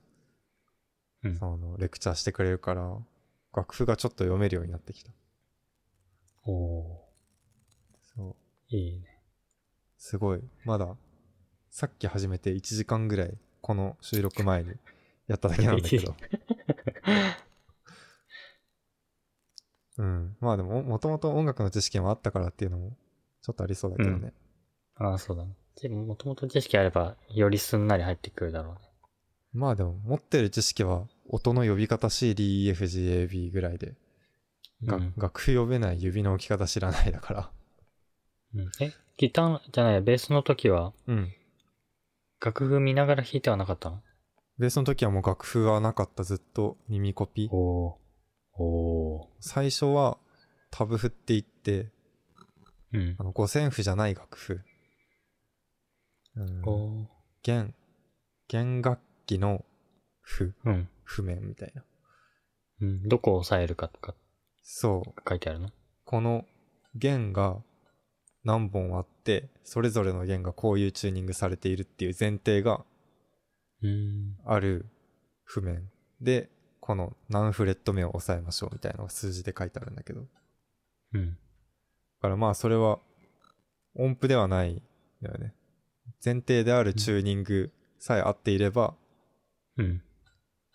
Speaker 2: うん
Speaker 1: その、レクチャーしてくれるから、楽譜がちょっと読めるようになってきた。
Speaker 2: お
Speaker 1: そう。
Speaker 2: ーいいね。
Speaker 1: すごい。まだ、さっき始めて1時間ぐらい、この収録前にやっただけなんだけ ど。うん。まあでも、もともと音楽の知識もあったからっていうのも、ちょっとありそうだけどね。
Speaker 2: ああ、そうだね。でも、もともと知識あれば、よりすんなり入ってくるだろうね。
Speaker 1: まあでも、持ってる知識は、音の呼び方 CDEFGAB ぐらいで、が
Speaker 2: うん
Speaker 1: 楽譜読めない指の置き方知らないだから。
Speaker 2: うんえ、ギターじゃないや、ベースの時は、
Speaker 1: うん。
Speaker 2: 楽譜見ながら弾いてはなかったの
Speaker 1: ベースの時はもう楽譜はなかった、ずっと耳コピ。
Speaker 2: おおお
Speaker 1: 最初は、タブ振っていって、
Speaker 2: ーうん
Speaker 1: あ。の、五線譜じゃない楽譜。うん
Speaker 2: おー
Speaker 1: 弦、弦楽器の譜、
Speaker 2: うん。
Speaker 1: 譜面みたいな。
Speaker 2: うん。どこを押さえるかとか
Speaker 1: そう。
Speaker 2: 書いてあるの
Speaker 1: この弦が何本あって、それぞれの弦がこういうチューニングされているっていう前提が
Speaker 2: うーん。
Speaker 1: ある譜面で、この何フレット目を押さえましょうみたいなのが数字で書いてあるんだけど。だ
Speaker 2: うん。
Speaker 1: からまあそれは音符ではないんだよね。前提であるチューニングさえ合っていれば、
Speaker 2: うん。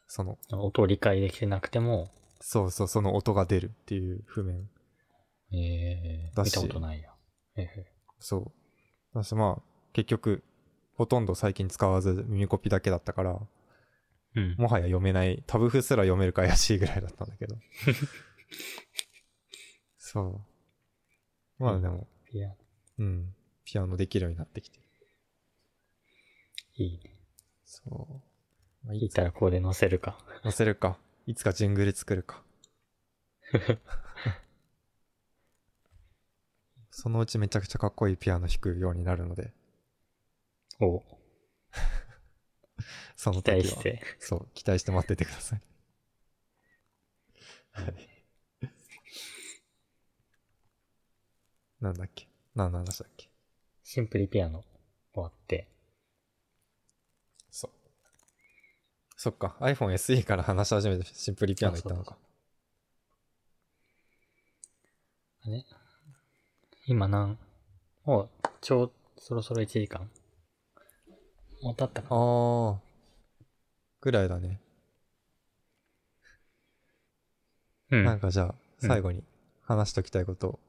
Speaker 1: その、
Speaker 2: 音を理解できてなくても、
Speaker 1: そうそう、その音が出るっていう譜面。
Speaker 2: えー、
Speaker 1: だ
Speaker 2: 見
Speaker 1: した
Speaker 2: ことないや。え
Speaker 1: そう。だしまあ、結局、ほとんど最近使わず耳コピだけだったから、
Speaker 2: ーうん。
Speaker 1: もはや読めない、タブ譜すら読めるか怪しいぐらいだったんだけど。そう。まあでも、
Speaker 2: いや、
Speaker 1: うん、ピアノできるようになってきてる。
Speaker 2: いいね。
Speaker 1: そう。まあ、
Speaker 2: 弾
Speaker 1: い
Speaker 2: い
Speaker 1: つ
Speaker 2: たらここで載せるか。
Speaker 1: 載せるか、いつかジングル作る か。そのうちめちゃくちゃかっこいいピアノ弾くようになるので、
Speaker 2: おー
Speaker 1: その
Speaker 2: 期
Speaker 1: 時は。
Speaker 2: 待して。
Speaker 1: そう、期待して待っててください。はい。なんだっけ何の話だっけ
Speaker 2: シンプリピアノ終わって。
Speaker 1: そう。そっか、iPhone SE から話し始めてシンプルピアノ行ったのか。
Speaker 2: あれ今なんもう、ちょう、そろそろ1時間もう経っ
Speaker 1: あ
Speaker 2: たか
Speaker 1: ー。ぐらいだね。
Speaker 2: う
Speaker 1: なん
Speaker 2: ん。
Speaker 1: かじゃあ、最後に話しときたいこと、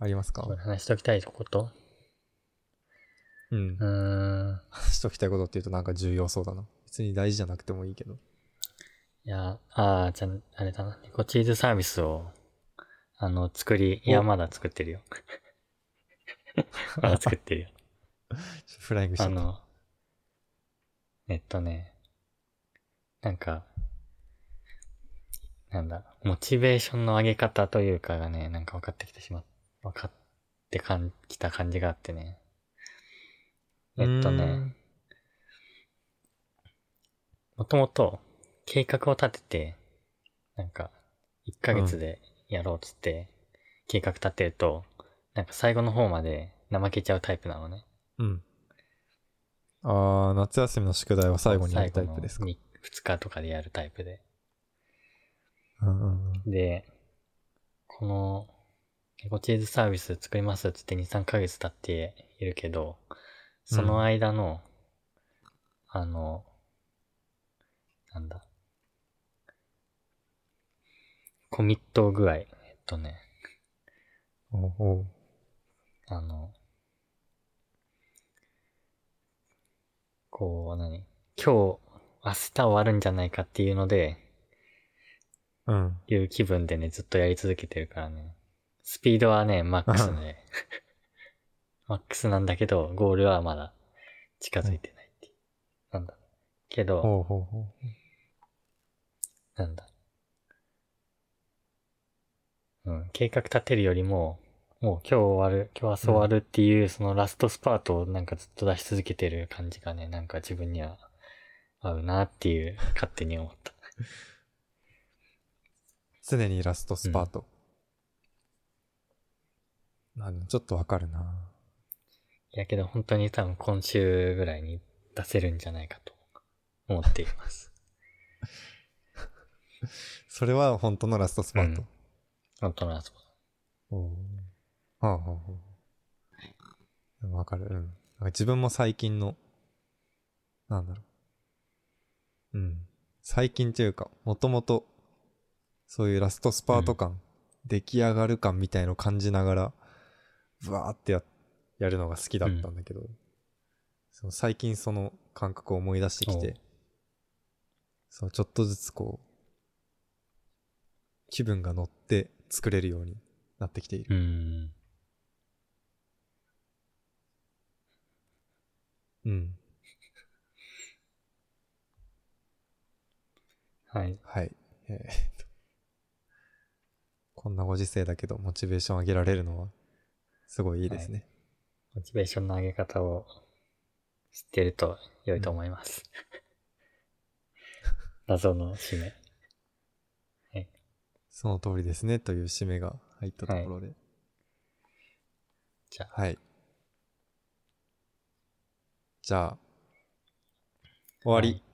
Speaker 1: ありますか
Speaker 2: これ話しときたいこと
Speaker 1: うん
Speaker 2: う。ーん。
Speaker 1: 話しときたいことっていうとなんか重要そうだな。別に大事じゃなくてもいいけど。
Speaker 2: いや、ああ、じゃあ、あれだな。ニコチーズサービスを、あの、作り、いや、
Speaker 1: お
Speaker 2: まだ作ってるよ。 まだ作ってるよ。
Speaker 1: フライングしちゃ
Speaker 2: あ
Speaker 1: った。
Speaker 2: の、えっとね、なんか、なんだ、モチベーションの上げ方というかがね、なんか分かってきてしまっ、分かってかん、きた感じがあってね。えっと
Speaker 1: うー
Speaker 2: ね、
Speaker 1: ん。
Speaker 2: もともと計画を立てて、なんか、1ヶ月でやろうっつって、計画立てると、なんか最後の方まで怠けちゃうタイプなのね。
Speaker 1: うん。ああ、夏休みの宿題は最後にやるタイプですか。
Speaker 2: 2日とかでやるタイプで。
Speaker 1: うんうんうん
Speaker 2: で、この、猫チーズサービス作りますって言って2、3ヶ月経っているけど、その間の、あの、なんだ、コミット具合、えっとね、
Speaker 1: おうおう
Speaker 2: あの、こう、何今日、明日終わるんじゃないかっていうので、
Speaker 1: うん。
Speaker 2: いう気分でね、ずっとやり続けてるからね。スピードはね、マックス ね。マックスなんだけど、ゴールはまだ近づいてないっていう。なんだ。けど、
Speaker 1: ほうほうほ
Speaker 2: なんだ。うん、計画立てるよりも、もう今日終わる、今日明日終わるっていう、そのラストスパートをなんかずっと出し続けてる感じがね、なんか自分には合うなっていう、勝手に思った。
Speaker 1: う。常にラストスパート。あのちょっとわかるな。
Speaker 2: いやけど本当に多分今週ぐらいに出せるんじゃないかと思ってい ます。
Speaker 1: それは本当のラストスパート。
Speaker 2: 本当のラスボ
Speaker 1: おうはあはあはあでもわかる。うん。なんか自分も最近の、なんだろう。うん。最近というか、もともと、そういうラストスパート感、出来上がる感みたいのを感じながら、ブワーってや、やるのが好きだったんだけど、その最近その感覚を思い出してき
Speaker 2: おう
Speaker 1: て、そう、ちょっとずつこう、気分が乗って作れるようになってきている。
Speaker 2: うーん。
Speaker 1: うん。
Speaker 2: はい。
Speaker 1: はい。えーっとこんなご時世だけど、モチベーション上げられるのは、すごいいいですね。
Speaker 2: モチベーションの上げ方を知ってると良いと思い ます。 謎の締め。
Speaker 1: その通りですね、という締めが入ったところで。
Speaker 2: じゃあ、
Speaker 1: はい。じゃあ、終わり。
Speaker 2: はい